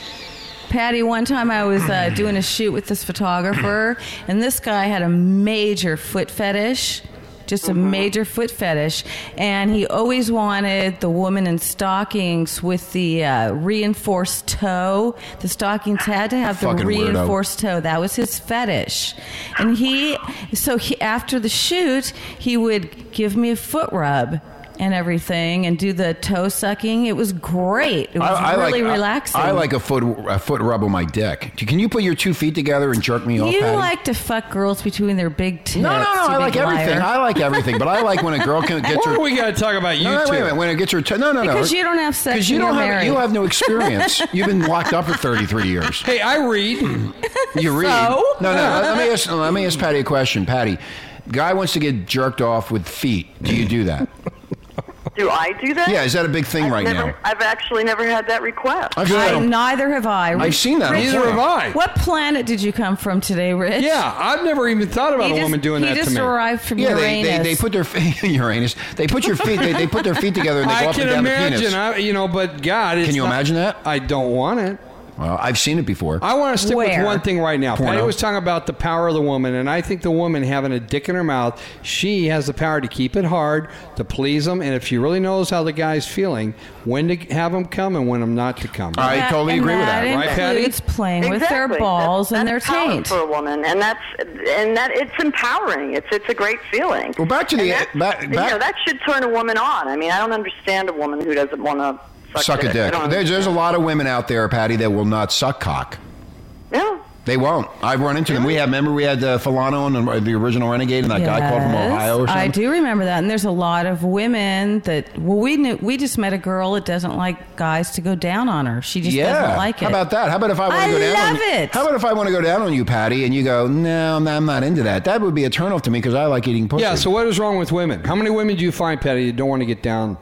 Patty, one time I was uh, doing a shoot with this photographer, and this guy had a major foot fetish. Just a major foot fetish, and he always wanted the woman in stockings with the uh, reinforced toe. The stockings had to have the
Fucking weirdo.
reinforced toe. That was his fetish, and he. So he after the shoot, he would give me a foot rub and everything, and do the toe sucking. It was great. It was really
I-
relaxing.
I, like a foot a foot rub on my dick. Can you put your two feet together and jerk me off?
You
Patty?
like to fuck girls between their big tits.
No, no, no.
you
I
big
like everything.
liar.
I like everything, but I like when a girl
[laughs]
can get
What
your.
are we going to talk about? You
no, no,
two.
wait a minute. When it gets your t- no, no, no.
Because you don't have sex
Because you
and
don't
you're
have you
married.
have
[laughs]
no experience. You've been locked up for thirty three years.
Hey, I read.
You read.
So?
No, no. Let me ask. Let me ask Patty a question. Patty, guy wants to get jerked off with feet. Do you do that?
Do I do that?
Yeah, is that a big thing
I've
right
never,
now?
I've actually never had that request.
I feel
I-
like-
neither have I.
I've seen that.
Neither
before.
have I.
What planet did you come from today, Rich?
Yeah, I've never even thought about
He
a
just,
woman doing
he
that
just
to me.
arrived from
Yeah, they,
Uranus.
they, they put their feet [laughs] Uranus. They put your feet. They, they put their feet
[laughs]
together and they go
I
up and
can
down the
imagine.
penis.
I, you know, but God, it's
you
not-
imagine that?
I don't want it.
well, I've seen it before.
I want to stick
Where?
with one thing right now.
Porno.
Patty was talking about the power of the woman, and I think the woman having a dick in her mouth, she has the power to keep it hard, to please him, and if she really knows how the guy's feeling, when to have him come and when him not to come.
I
That-
totally agree
and
with that.
Right, Patty?
includes playing with
exactly.
their balls
that's,
and their
that's power
taint.
for a woman, and that's and that it's empowering. It's it's a great feeling.
Well, uh, back to the-
And that's-
back-
you
back-
know, that should turn a woman on. I mean, I don't understand a woman who doesn't want to
suck a dick. There's, there's a lot of women out there, Patty, that will not suck cock.
yeah.
They won't. I've run into them. We have. Remember, we had uh, Filano and the- the original Renegade, and that guy called from
Yes,
Ohio or something.
I do remember that, and there's a lot of women that. Well, we knew we just met a girl that doesn't like guys to go down on her. She just
Yeah.
doesn't like it.
How about that? How about if I want
I
to go down? on
love
you-
it.
How about if I want to go down on you, Patty, and you go, no, no, I'm not into that. That would be a turnoff to me because I like eating pussy.
Yeah. So what is wrong with women? How many women do you find, Patty, that don't want to get down?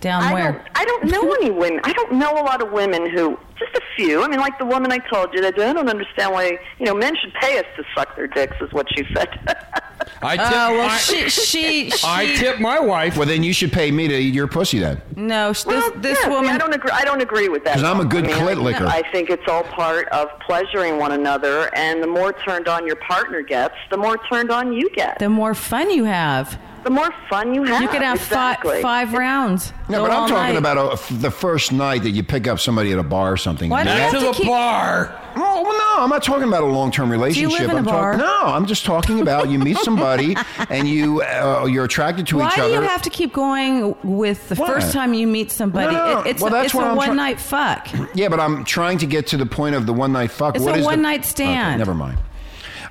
down
I
where?
don't, I don't know any women. I don't know a lot of women who, just a few. I mean, like the woman I told you that I don't understand why, you know, men should pay us to suck their dicks, is what she said. [laughs]
I tip.
Oh well,
I,
she
[laughs]
she she.
I tip my wife.
well, then you should pay me to eat your pussy then.
No, sh- this
Well,
this
yeah, see,
woman.
I don't agree. I don't agree with that.
'Cause I'm a good
I mean,
clit licker.
I think it's all part of pleasuring one another, and the more turned on your partner gets, the more turned on you get.
the more fun you have.
the more fun you have.
You could have
exactly.
fi- five rounds.
No,
Go
but I'm
all
talking
night.
about a f the first night that you pick up somebody at a bar or something.
Why do you
That-
have to keep-
Oh well, no, I'm not talking about a long-term relationship.
live in a
I'm
bar?
talking. No, I'm just talking about you
[laughs]
meet somebody and you uh, you're attracted to
Why
each
do
other.
you have to keep going with the
Why?
first time you meet somebody?
No, no,
It- it's
well,
a,
that's
it's
what
a
I'm try-
one night fuck.
yeah, but I'm trying to get to the point of the one-night fuck.
It's
What
a
is the-
one-night
Okay,
stand.
never mind.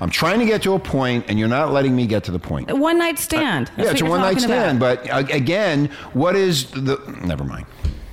I'm trying to get to a point, and you're not letting me get to the point.
A one night stand. That's
yeah, it's
what
a
you're
one-night
talking about.
stand. But uh, again, what is the? Never mind.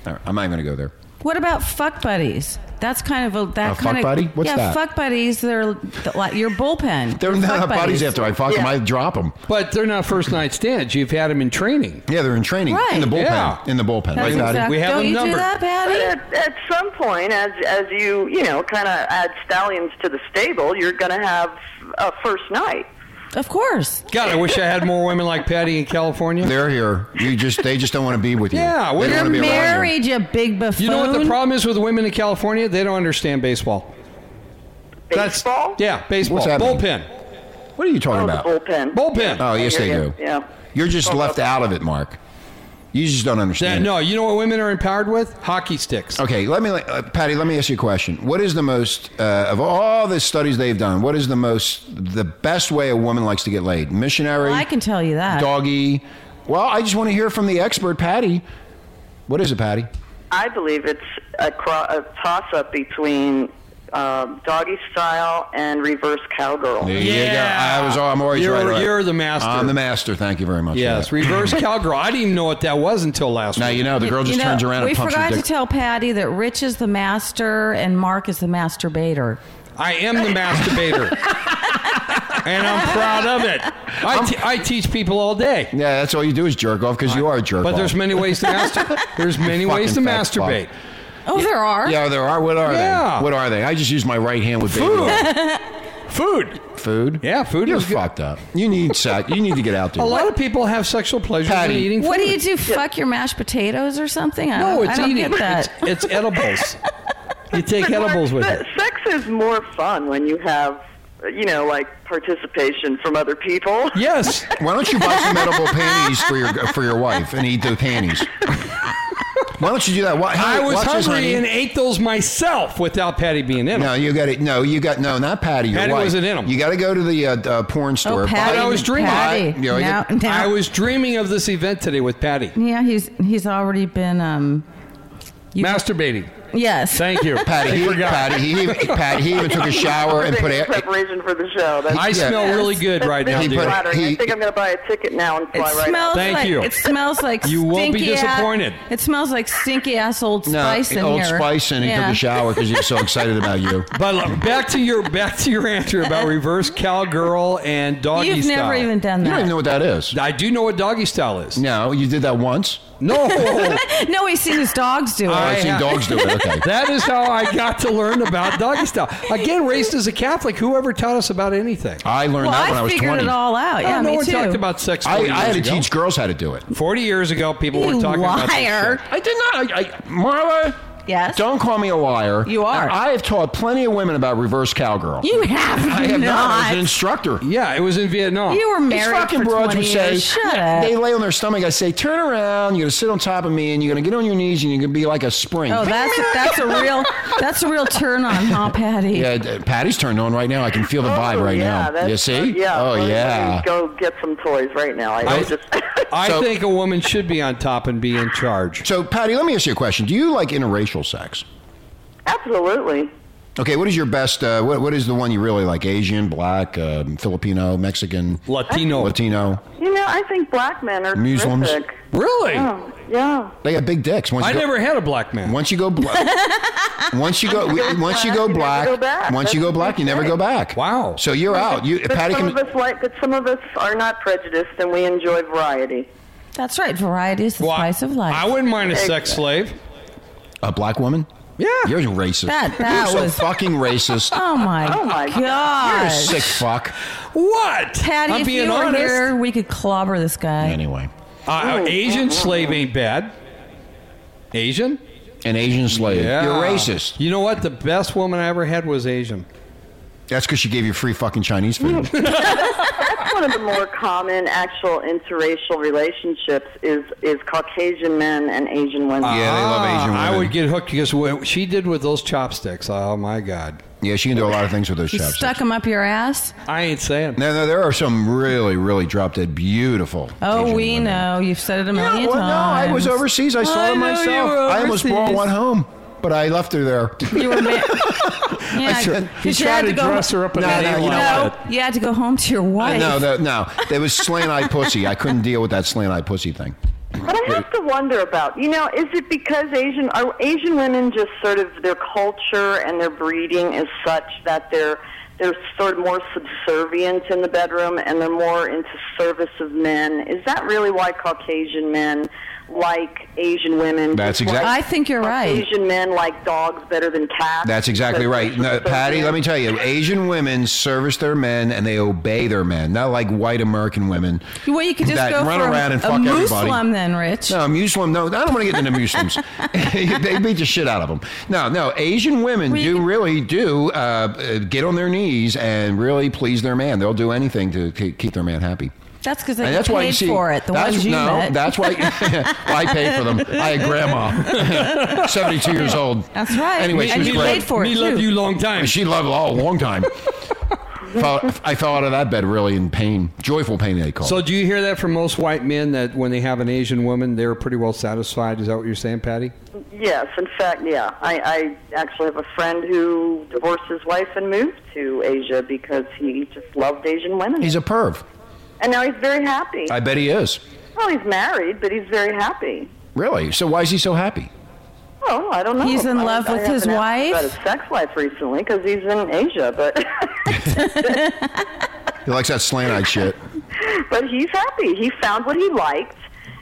All right, I'm not even going to go there.
What about fuck buddies? That's kind of a that
A fuck
kind of
buddy? What's
yeah,
that?
fuck buddies. They're th- like your bullpen.
They're
Your
not
fuck
buddies after I fuck them. I drop them.
But they're not first night stands. You've had them in training.
Yeah, they're in training in the bullpen.
Yeah.
In the bullpen, right,
That's
Patty?
exact- We have
Don't you
them
do
numbered.
that, Patty?
But at, at some point, as as you you know, kind of add stallions to the stable, you're going to have a first night.
Of course.
God, I wish I had more women like Patty in California.
They're here. You just they just don't want to be with you.
Yeah,
they
well,
don't
you're
want to be around you.
Married, you big buffoon.
You know what the problem is with women in California? They don't understand baseball.
Baseball?
That's yeah, baseball.
What's happening?
Bullpen.
What are you talking
Oh, the
about?
bullpen.
Bullpen.
Oh, yes, they
Yeah,
do.
Yeah.
You're just left out of it, Mark. You just don't
That-
understand. it.
no, you know what women are empowered with? Hockey sticks.
Okay, let me, uh, Patty. Let me ask you a question. What is the most uh, of all the studies they've done? What is the most, the best way a woman likes to get laid? Missionary,
I can tell you that.
doggy. Well, I just want to hear from the expert, Patty. What is it, Patty?
I believe it's a, cro- a toss up between um doggy style and reverse cowgirl.
There you go. I was. I'm always
You're-
right, right.
you're the master.
I'm the master. Thank you very much. for
Yes,
that. [laughs]
reverse cowgirl. I didn't even know what that was until last
Now
week.
you know the girl
You
just
know,
turns around
We
and pumps her
forgot to
dick.
tell Patty that Rich is the master and Mark is the masturbator.
I am the
[laughs]
masturbator. and I'm proud of it. I, te- I teach people all day.
yeah, that's all you do is jerk off because you are a jerk
But
off.
there's many ways
[laughs]
to masturbate. There's many
Fucking
ways to
fat fuck.
masturbate.
Oh, there are.
Yeah, there are. What are
Yeah.
they? What are they? I just use my right hand with baby
Food.
oil.
Food.
food.
[laughs] Yeah, food
You're
is good.
fucked up. You need sack. You need to get out there.
A lot of people have sexual pleasure
Patty.
in eating food.
What do you do? Fuck your mashed potatoes or something? I
No,
don't,
it's
I don't
eating.
get that.
It's, it's
[laughs]
edibles. You take edibles with it.
Se- Sex is more fun when you have, you know, like participation from other people. [laughs]
Yes.
Why don't you buy some edible panties for your for your wife and eat the panties? Why don't you do that? Why,
I
hey,
was
watch this,
hungry
honey.
and ate those myself without Patty being in
no,
it.
you got it. No, you got no. Not Patty. Your
Patty
wife.
wasn't in 'em.
You got to go to the uh, uh, porn store.
Oh, Patty.
I
Buy,
was dreaming.
Patty.
Buy- you know,
now,
you-
now-
I was dreaming of this event today with Patty.
Yeah, he's he's already been. um You-
Masturbating.
Yes.
Thank you.
[laughs] Patty.
I
He,
forgot.
Patty. He, Patty. He even took a shower and put.
in
A,
preparation for the show. That's
I
Yeah.
smell really good
that's
right now,
very
He put-
dear.
flattering.
he-
I think I'm going to buy a ticket now and
It
fly right
smells
out.
Thank
like
you.
it smells like
You won't be
stinky ass-
disappointed.
it smells like stinky ass old spice in
no, Old
here.
Spice, and he
Yeah.
took a shower because he was so excited
[laughs]
about you.
But look, back to your back to your answer about reverse cowgirl and doggy
You've
style.
never even done
You don't
that.
even know what that is.
I do know what doggy style is.
No, you did that once.
No,
[laughs]
no, he's seen his dogs do it.
I
I've seen
have-
dogs do it.
[laughs]
Okay.
that is how I got to learn about doggy style. Again, raised as a Catholic, whoever taught us about anything?
I learned
well,
that when I,
I
was
figured
20.
it all out. Yeah,
no
me
one
too.
talked about sex.
I,
40 years
I had to
ago.
teach girls how to do it.
Forty years ago, people
You
were talking about this
liar.
shit.
I did not. I, I, Marla,
yes.
don't call me a liar.
You are.
I have taught plenty of women about reverse cowgirl.
You have
I have not. I was an
not.
instructor.
Yeah, it was in Vietnam.
You were
These
married
fucking
for
broads
20
would
years.
say,
Shut up.
they lay on their stomach. I say, turn around. You're going to sit on top of me and you're going to get on your knees and you're going to be like a spring. [laughs]
oh, that's that's a real that's a real turn on, huh, Patty?
Yeah, d- Patty's turned on right now. I can feel the vibe
Oh,
right
yeah,
now.
that's-
You
oh,
see?
yeah.
Oh,
Let me
yeah.
Go get some toys right now. I, I just.
[laughs] I
So-
think a woman should be on top and be in charge.
So, Patty, let me ask you a question. Do you like interracial sex?
[laughs] Absolutely.
Okay, what is your best? Uh, what, what is the one you really like? Asian, black, um, Filipino, Mexican,
Latino.
Latino.
You know, I think black men are
Muslims.
terrific.
Really?
Oh, yeah.
They got big dicks. Once
I
you go,
never had a black man.
Once you go black. once you go. Once you go
never
black.
go back.
once you
That's
go
what
black,
they
you never
say.
go back.
Wow.
So you're out. You,
But
Patty
some
can.
of us like, but some of us are not prejudiced, and we enjoy variety.
That's right. Variety is the
Well,
spice of life.
I wouldn't mind a sex slave.
A black woman.
Yeah.
You're racist.
That- that
you're
was-
so fucking racist.
oh my,
Oh my
god.
You're a sick fuck.
[laughs]
What?
Patty,
I'm
if
being
you were
honest.
here, we could clobber this guy.
Anyway,
Uh, Asian slave ain't bad. Asian?
an Asian slave.
Yeah.
You're racist.
You know what? The best woman I ever had was Asian.
That's because she gave you free fucking Chinese food.
that's one of the more common actual interracial relationships is is Caucasian men and Asian women.
Ah, I would get hooked because what she did with those chopsticks. Oh my god.
Yeah, she can do a lot of things with those
You
chops.
stuck them up your ass?
I ain't saying.
No, no, there are some really, really drop dead beautiful.
Oh, we know. You've said it a million
well, no,
times.
I was overseas. I saw
I
it
know you
myself.
were
I almost brought
overseas.
one home, but I left
[laughs]
her there.
You were ma-
[laughs]
yeah,
I said-
you
He
had
tried to
go-
dress her up in
No,
an
no,
A-line.
you know
No, you had to go home to your wife.
No, no, no. There was slant eye pussy. I couldn't deal with that slant eye pussy thing.
But I have to wonder about, you know, is it because Asian are Asian women just sort of their culture and their breeding is such that they're they're sort of more subservient in the bedroom and they're more into service of men. Is that really why Caucasian men like Asian women?
That's exact-
I think you're right.
Asian men like dogs better than cats.
That's exactly
because
right.
they're
No, Patty,
subservient.
let me tell you, Asian women service their men and they obey their men, not like white American women.
Well, you could just
that
go
run
for
around
a,
and fuck
a
everybody.
Muslim then, Rich.
No, Muslim. No, I don't want to get into Muslims. [laughs] they beat the shit out of them. No, no. Asian women do really do uh, uh, get on their knees and really please their man. They'll do anything to ke- keep their man happy.
That's because they
And
get
that's
paid
why you see
for it. The
that's,
ones you
no,
met. [laughs]
that's why [laughs] I paid for them. I had grandma, [laughs] seventy-two years old.
That's right.
Anyway, she
and
was
you
great.
paid for it
Me
too.
love you long time.
She loved it all a
[laughs]
long time. Fell- I fell out of that bed really in pain, joyful pain. They call. it.
So do you hear that from most white men that when they have an Asian woman, they're pretty well satisfied? Is that what you're saying, Patty?
Yes, in fact, yeah. I, I actually have a friend who divorced his wife and moved to Asia because he just loved Asian women.
he's a perv.
and now he's very happy.
I bet he is.
well, he's married, but he's very happy.
Really? So why is he so happy?
Oh, I don't know.
He's in
I-
love
I
with his
haven't asked
wife?
About his sex life recently because he's in Asia, but [laughs]
He likes that slant-eyed shit.
but he's happy. He found what he liked.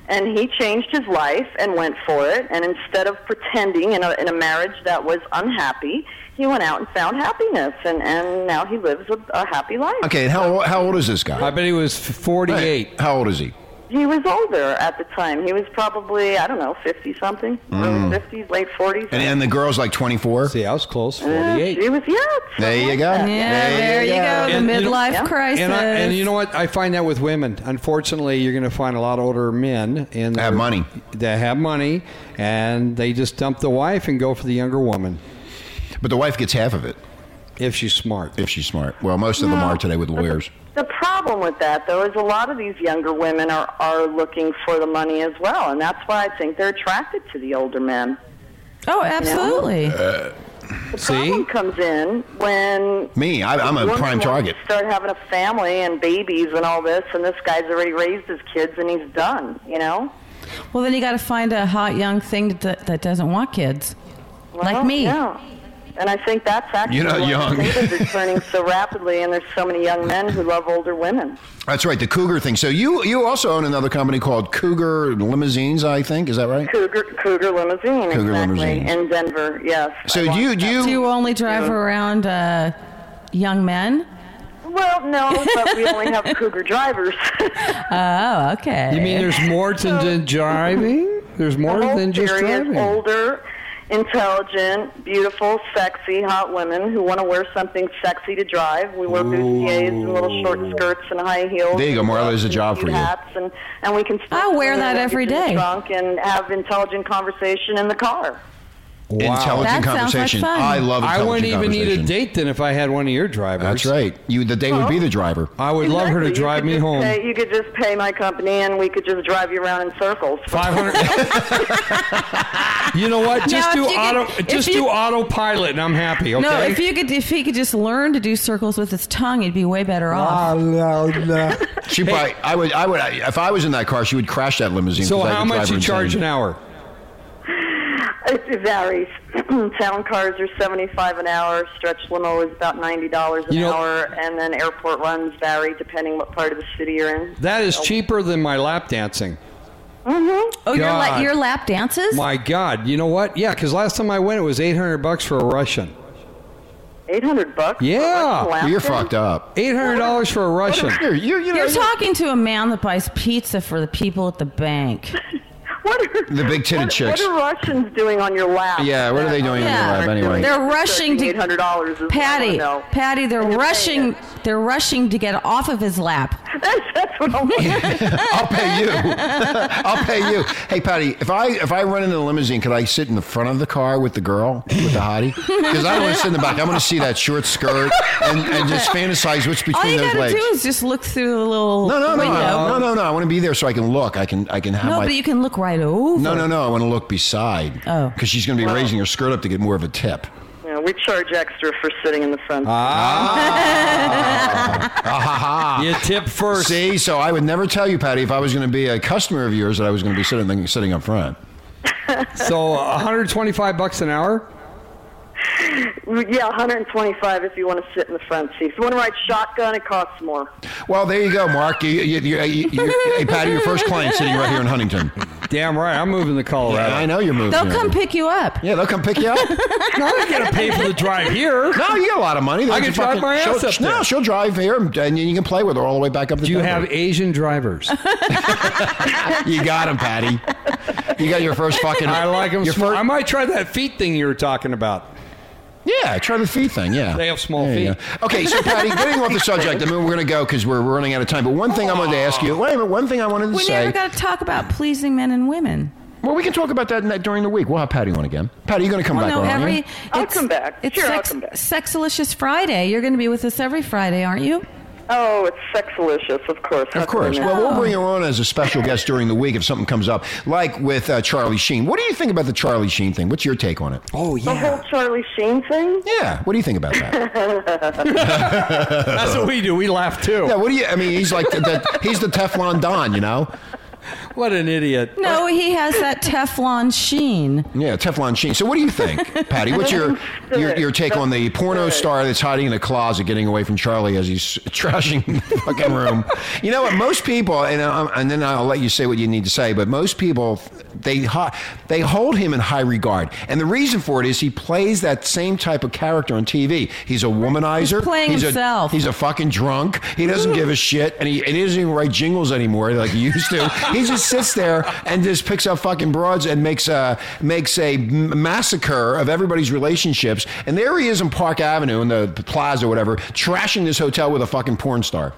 And he changed his life and went for it. And instead of pretending in a, in a marriage that was unhappy, he went out and found happiness. And, and now he lives a, a happy life.
Okay, and how how old is this guy?
I bet he was
Right.
48.
How old is he?
He was older at the time. He was probably, I don't know, 50 something, early 50s, late 40s.
Mm. And, and the girl's like 24.
See, I was close.
Yeah,
48.
He was, yeah.
There you go.
yeah, there you go.
And
the
you know-
midlife
Yeah.
crisis.
And, I, and you know what? I find that with women. Unfortunately, you're going to find a lot of older men and
Have money.
That have money, and they just dump the wife and go for the younger woman
But the wife gets half of it
if she's smart.
if she's smart. Well, most of them are today with lawyers.
The problem with that, though, is a lot of these younger women are, are looking for the money as well. And that's why I think they're attracted to the older men.
oh, absolutely.
The
See?
problem comes in when.
Me, I, I'm a
women
prime
want
target.
to Start having a family and babies and all this, and this guy's already raised his kids and he's done, you know?
Well, then you got to find a hot young thing that, that doesn't want kids, like
Well,
me.
Yeah. And I think that's actually
You're not
why
young.
the Cougars are
[laughs]
turning so rapidly, and there's so many young men who love older women.
That's right, the Cougar thing. So you you also own another company called Cougar Limousines, I think. Is that right?
Cougar, Cougar Limousine,
Cougar
exactly,
Limousine.
in Denver. Yes.
So
I
do you
watched
do
that.
Do you
you
only drive around uh, young men?
Well, no, but we only have Cougar drivers. [laughs]
Oh, okay.
You mean there's more to than driving? There's more
The whole
than just
theory is
driving.
Older, intelligent, beautiful, sexy, hot women who want to wear something sexy to drive. We wear bustiers and little short skirts and high heels.
There you go,
and
Marla, there's a
gloves
job for
and cute
you.
Hats and, and we can. still
I wear
sit in
that
the
every
luggage in the
day.
Trunk and have intelligent conversation in the car.
intelligent
That sounds like
conversation?
fun.
I love
I
intelligent
wouldn't even need a
conversation.
date then if I had one of your drivers.
That's right. You the date would be the driver.
I would love her to
Exactly. You
drive
could
me
just
home.
pay- you could just pay my company, and we could just drive you around in circles.
[laughs]
Five hundred. you know what? Just
if
do
you could-
auto.
if
just
you-
do autopilot, and I'm happy. Okay.
No, if you could, if he could just learn to do circles with his tongue, he'd be way better
Ah,
off.
She probably I would I would if I was in that car, she would crash that limousine.
so
'cause I
how
could drive
much
her
you charge
insane.
an hour?
It, it varies. [clears throat] Town cars are seventy-five an hour. Stretch limo is about ninety dollars an
You know-
hour, and then airport runs vary depending what part of the city you're in.
That is cheaper than my lap dancing.
Oh, your, la-
God.
your lap dances?
My God, you know what? Yeah, because last time I went, it was eight hundred bucks for a Russian.
Eight hundred bucks.
Yeah.
You're fucked up.
Eight hundred dollars for a Russian.
You're, you're, you know,
You're talking to a man that buys pizza for the people at the bank.
[laughs] What are
The big titted
what,
chicks.
What are Russians doing on your lap?
Yeah, what are they doing on your Yeah. lap anyway?
They're rushing to
eight hundred dollars.
Patty, Patty, they're rushing. They're rushing to get off of his lap.
[laughs] [laughs] That's,
[laughs]
what I'm.
I'll
[laughs]
pay you. I'll pay you. Hey, Patty, if I if I run into the limousine, could I sit in the front of the car with the girl with
[laughs]
the hottie? Because I don't want to sit in the back. I want to see that short skirt and, and just fantasize what's between
All you
those
gotta
legs.
do is just look through the little
no, no, no,
window.
no, no, no! I want to be there so I can look. I can, I can have
No,
my.
but you can look right over.
no, no, no! I want to look beside. Oh, because she's going to be raising her skirt up to get more of a tip.
Yeah, we charge extra for sitting in the front.
[laughs] you
Uh, [laughs] Ah. tip first.
See, so I would never tell you, Patty, if I was going to be a customer of yours that I was going to be sitting sitting up front.
so 125 bucks an hour.
yeah, 125 if you want to sit in the front seat. If you want to ride shotgun, it costs more.
Well, there you go, Mark. You, you, you, you, you- hey, Patty, your first client sitting right here in Huntington.
Damn right, I'm moving to Colorado.
I know you're moving.
They'll come pick you up.
Yeah, they'll come pick you up.
No, I'm gonna pay for the drive here.
[laughs] No, you get a lot of money.
I
They'll
can
just
drive my ass
she'll-
up
No,
there.
she'll drive here, and, and you can play with her all the way back up. To
Do you
Denver.
have Asian drivers?
you got him, Patty. You got your first fucking.
I like them.
Your
small.
fir-
I might try that feet thing you were talking about.
Yeah, try the feet thing. Yeah,
They have small
There you
feet.
go. Okay, so Patty, getting off the subject, I mean, we're going to go because we're we're running out of time. But one thing I wanted to ask you. Wait a minute. One thing I wanted to
We
say.
never got to talk about pleasing men and women.
well, we can talk about that ne- during the week. We'll have Patty on again. Patty, you going to come
well,
back
no,
on? aren't
every
you?
I'll
it's-
come back.
It's
Sure, I'll
sex,
come back.
Sexalicious Friday. You're going to be with us every Friday, aren't you?
Oh, it's sexalicious, of course. How
Of course.
could we
Well,
not?
we'll bring her on as a special guest during the week if something comes up, like with uh, Charlie Sheen. What do you think about the Charlie Sheen thing? What's your take on it?
Oh
the whole Charlie Sheen
[laughs]
thing.
Yeah. What do you think about that?
That's what we do. We laugh too.
[laughs] yeah. What do you? I mean, he's like the, the, he's the Teflon Don, you know?
What an idiot.
No, he has that [laughs] Teflon sheen.
Yeah, Teflon Sheen. So, what do you think,
[laughs]
Patty? What's your your, your take on the porno star that's hiding in a closet, getting away from Charlie as he's [laughs] trashing the fucking room? You know what? Most people, and i and then I'll let you say what you need to say, but most people they hi- they hold him in high regard, and the reason for it is he plays that same type of character on TV. He's a womanizer.
He's playing
a-
himself.
he's a fucking drunk. He doesn't give a shit, and he, and he doesn't even write jingles anymore like he used to. he just sits there and just picks up fucking broads and makes a makes a m- massacre of everybody's relationships. And there he is in Park Avenue in the plaza, or whatever, trashing this hotel with a fucking porn star.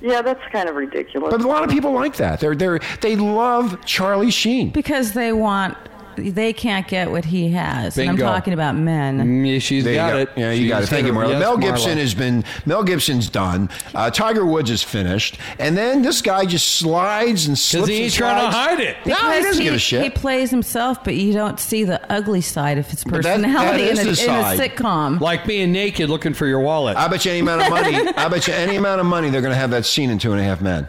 Yeah, that's kind of ridiculous.
But a lot of people like that. They're they are they love Charlie Sheen.
Because they want, they can't get what he has. And
Bingo.
I'm talking about men.
Mm, yeah, she's
There you
got
go.
it.
Yeah, you
She's
got it. Thank you,
hit her.
Marla.
Yes,
Mel Gibson
Marla.
has been Mel Gibson's done. Uh, Tiger Woods is finished, and then this guy just slides and slips.
Because he
and
ain't trying to
slides.
hide it.
No, he
Because
doesn't
he,
give a shit.
he plays himself, but you don't see the ugly side of his
that- that
personality
is
in, a,
the
in
side.
a sitcom.
Like being naked looking for your wallet.
I bet you any amount of money. I bet you any amount of money they're going to have that scene in Two and a Half Men.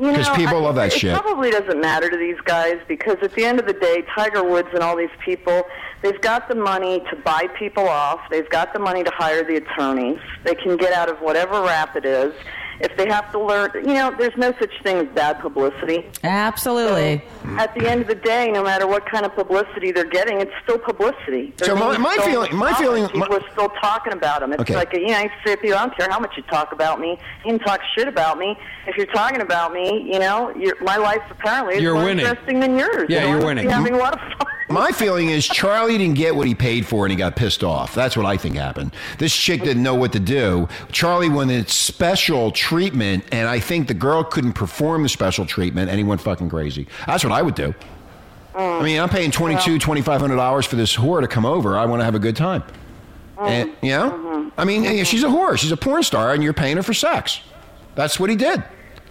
You
'Cause
know,
people
I-
love that
it
shit.
probably doesn't matter to these guys because at the end of the day, Tiger Woods and all these people, they've got the money to buy people off. They've got the money to hire the attorneys. They can get out of whatever rap it is. If they have to learn, you know, there's no such thing as bad publicity.
Absolutely.
At the end of the day, no matter what kind of publicity they're getting, it's still publicity. They're
So my-
being
my
sold
feeling- my
knowledge.
feeling- my-
people are still talking about them. It's
Okay.
like you know, you say to people, I don't care how much you talk about me. You can talk shit about me. If you're talking about me, you know, your my life apparently is
You're
more
winning.
interesting than yours.
Yeah,
and
you're
I'm
winning.
Having a lot
[laughs]
of fun. [laughs]
My feeling is Charlie didn't get what he paid for and he got pissed off. That's what I think happened. This chick didn't know what to do. Charlie wanted special treatment, and I think the girl couldn't perform the special treatment, and he went fucking crazy. That's what I would do. I mean, I'm paying twenty two, twenty five hundred dollars for this whore to come over. I want to have a good time.
Mm-hmm.
And, you know, I mean, yeah, she's a whore. She's a porn star, and you're paying her for sex. That's what he did.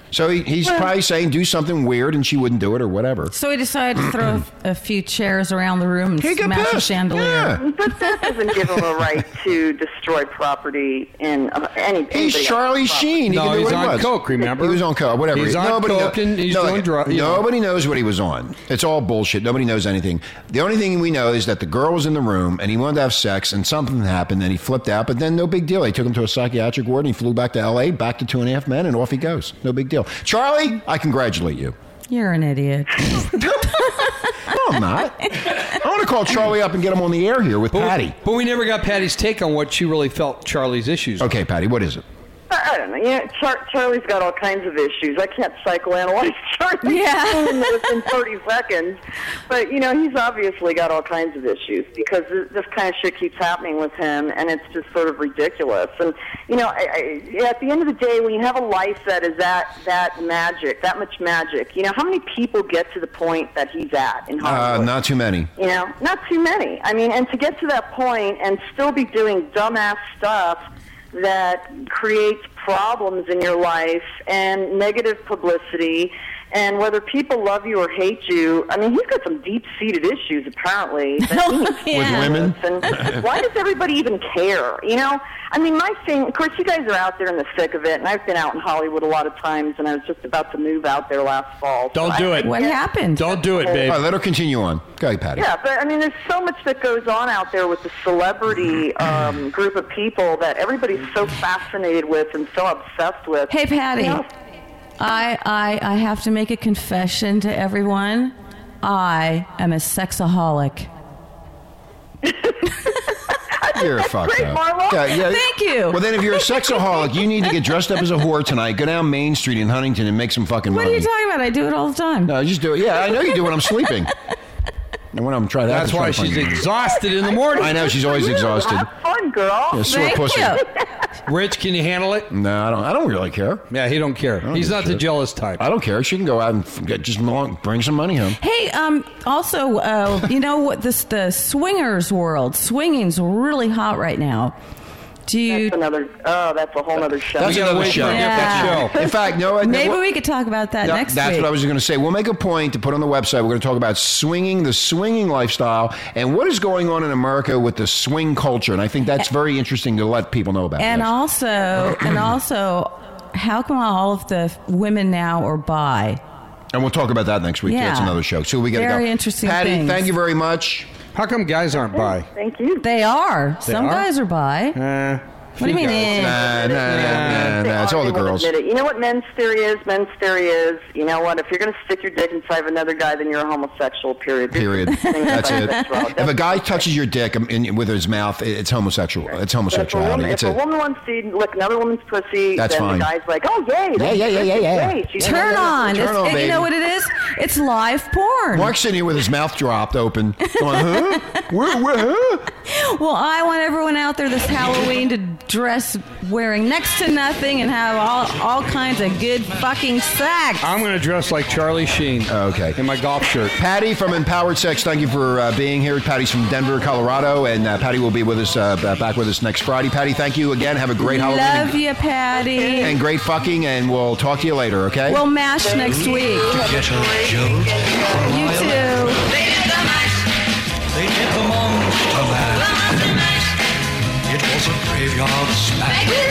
So he, he's probably saying do something weird, and she wouldn't do it or whatever.
So he decided to throw a few chairs around the room and
He got
smash a
pissed.
chandelier.
Yeah.
But that doesn't give him a right to destroy property in uh, any.
He's
anybody
Charlie
else's property.
Sheen. He
No,
can do
he's
what he
on
wants.
coke, remember?
He was on coke, whatever.
He's on
nobody
coke and he's doing drugs.
Nobody knows what he was on. It's all bullshit. Nobody knows anything. The only thing we know is that the girl was in the room and he wanted to have sex and something happened and he flipped out, but then no big deal. They took him to a psychiatric ward and he flew back to LA, back to two and a half men, and off he goes. No big deal. Charlie, I congratulate you.
You're an
[laughs]
idiot.
No, I'm not. I want to call Charlie up and get him on the air here with
But-
Patty.
But we never got Patty's take on what she really felt Charlie's issues. were.
Okay, Patty, what is it?
I I don't know. You know Char- Charlie's got all kinds of issues. I can't psychoanalyze [laughs] Charlie
Yeah.
within 30 seconds. But, you know, he's obviously got all kinds of issues because this, this kind of shit keeps happening with him, and it's just sort of ridiculous. And, you know, I, I, at the end of the day, when you have a life that is that, that magic, that much magic, you know, how many people get to the point that he's at in Hollywood?
Uh, not too many.
You know, not too many. I mean, and to get to that point and still be doing dumbass stuff that creates problems in your life and negative publicity and whether people love you or hate you. I mean, he's got some deep seated issues apparently. That he needs to
With
deal
women?
And why does everybody even care? You know, I mean, my thing, of course, you guys are out there in the thick of it, and I've been out in Hollywood a lot of times, and I was just about to move out there last fall. so
Don't
I-
do it.
What happened?
Don't do it, babe. [laughs] let her continue on. Go ahead, Patty.
Yeah, but I mean, there's so much that goes on out there with the
[clears throat]
celebrity um, group of people that everybody's so fascinated with and so obsessed with.
Hey, Patty.
You know,
I, I, I have to make a confession to everyone. I am a sexaholic.
You're fucked
great,
up.
Marlo.
Thank you.
Well, then, if you're
[laughs]
a sexaholic, you need to get dressed up as a whore tonight. Go down Main Street in Huntington and make some fucking
What are
money.
you talking about? I do it all the time.
no, just do it. Yeah, I know you do when
[laughs]
I'm sleeping. And when I'm trying to.
That's why she's exhausted in the morning.
I know she's always exhausted.
have fun, girl.
Yeah, sore
Thank
pussy.
you.
Rich, can you handle it?
No, I don't. I don't really care.
Yeah, he don't care. He's
give a
not the
shit.
jealous type.
I don't care. She can go out and f- get just long, bring some money home.
Hey, um, also, uh, you know what? This the swingers world. Swinging's really hot right now. Do you?
That's another. Oh, that's a whole other show.
That's
gotta
another
wait
show.
for a
Yeah.
different show.
In fact, no. I-
Maybe
what-
we could talk about that
No,
Uh, next
that's
week.
what I was going to say. We'll make a point to put on the website. We're going to talk about swinging, the swinging lifestyle, and what is going on in America with the swing culture. And I think that's very interesting to let people know about.
and
yes.
also, and also, how come all of the women now are bi?
And we'll talk about that next week. too. That's
Yeah.
another show. So we got to go.
Very interesting
Patty,
things.
thank you very
[laughs]
much.
How come guys aren't by?
Thank you.
They are. Some
are?
guys are bi.
Eh,
Uh,
what do you mean? eh?
Nah, nah, nah, nah,
They
nah. It's
are,
all the
they won't
girls.
admit it. You know what men's theory is? Men's theory is, you know what? If you're going to stick your dick inside of another guy, then you're a homosexual, period.
Period.
[laughs]
That's it. If a guy touches your dick um, in, with his mouth, it- it's homosexual. It's
If a, woman,
homosexuality.
if
It's
a
a,
woman wants to lick another woman's pussy,
That's
then
fine.
the guy's like, oh, yay. that's
yeah, yeah, yeah,
great,
yeah.
great. She's
Turn
another-
on.
eh. Turn
It's-
on,
it- you
baby.
know what it is? It's live porn.
Mark's sitting here with his mouth dropped
[laughs]
open, going, huh? Where, where, huh?
Well, I want everyone out there this Halloween to dress wearing next to nothing and have all, all kinds of good fucking sex.
I'm going to dress like Charlie Sheen.
Okay.
In my golf shirt.
Patty from Empowered Sex, thank you for uh, being here. Patty's from Denver, Colorado, and uh, Patty will be with us uh, b- back with us next Friday. Patty, thank you again. Have a great Halloween
Love
and,
you, Patty.
and great fucking, and we'll talk to you later. Okay.
We'll mash next week.
Get a jolt for a
You
while.
too.
They did the monster mash. It was a graveyard smash.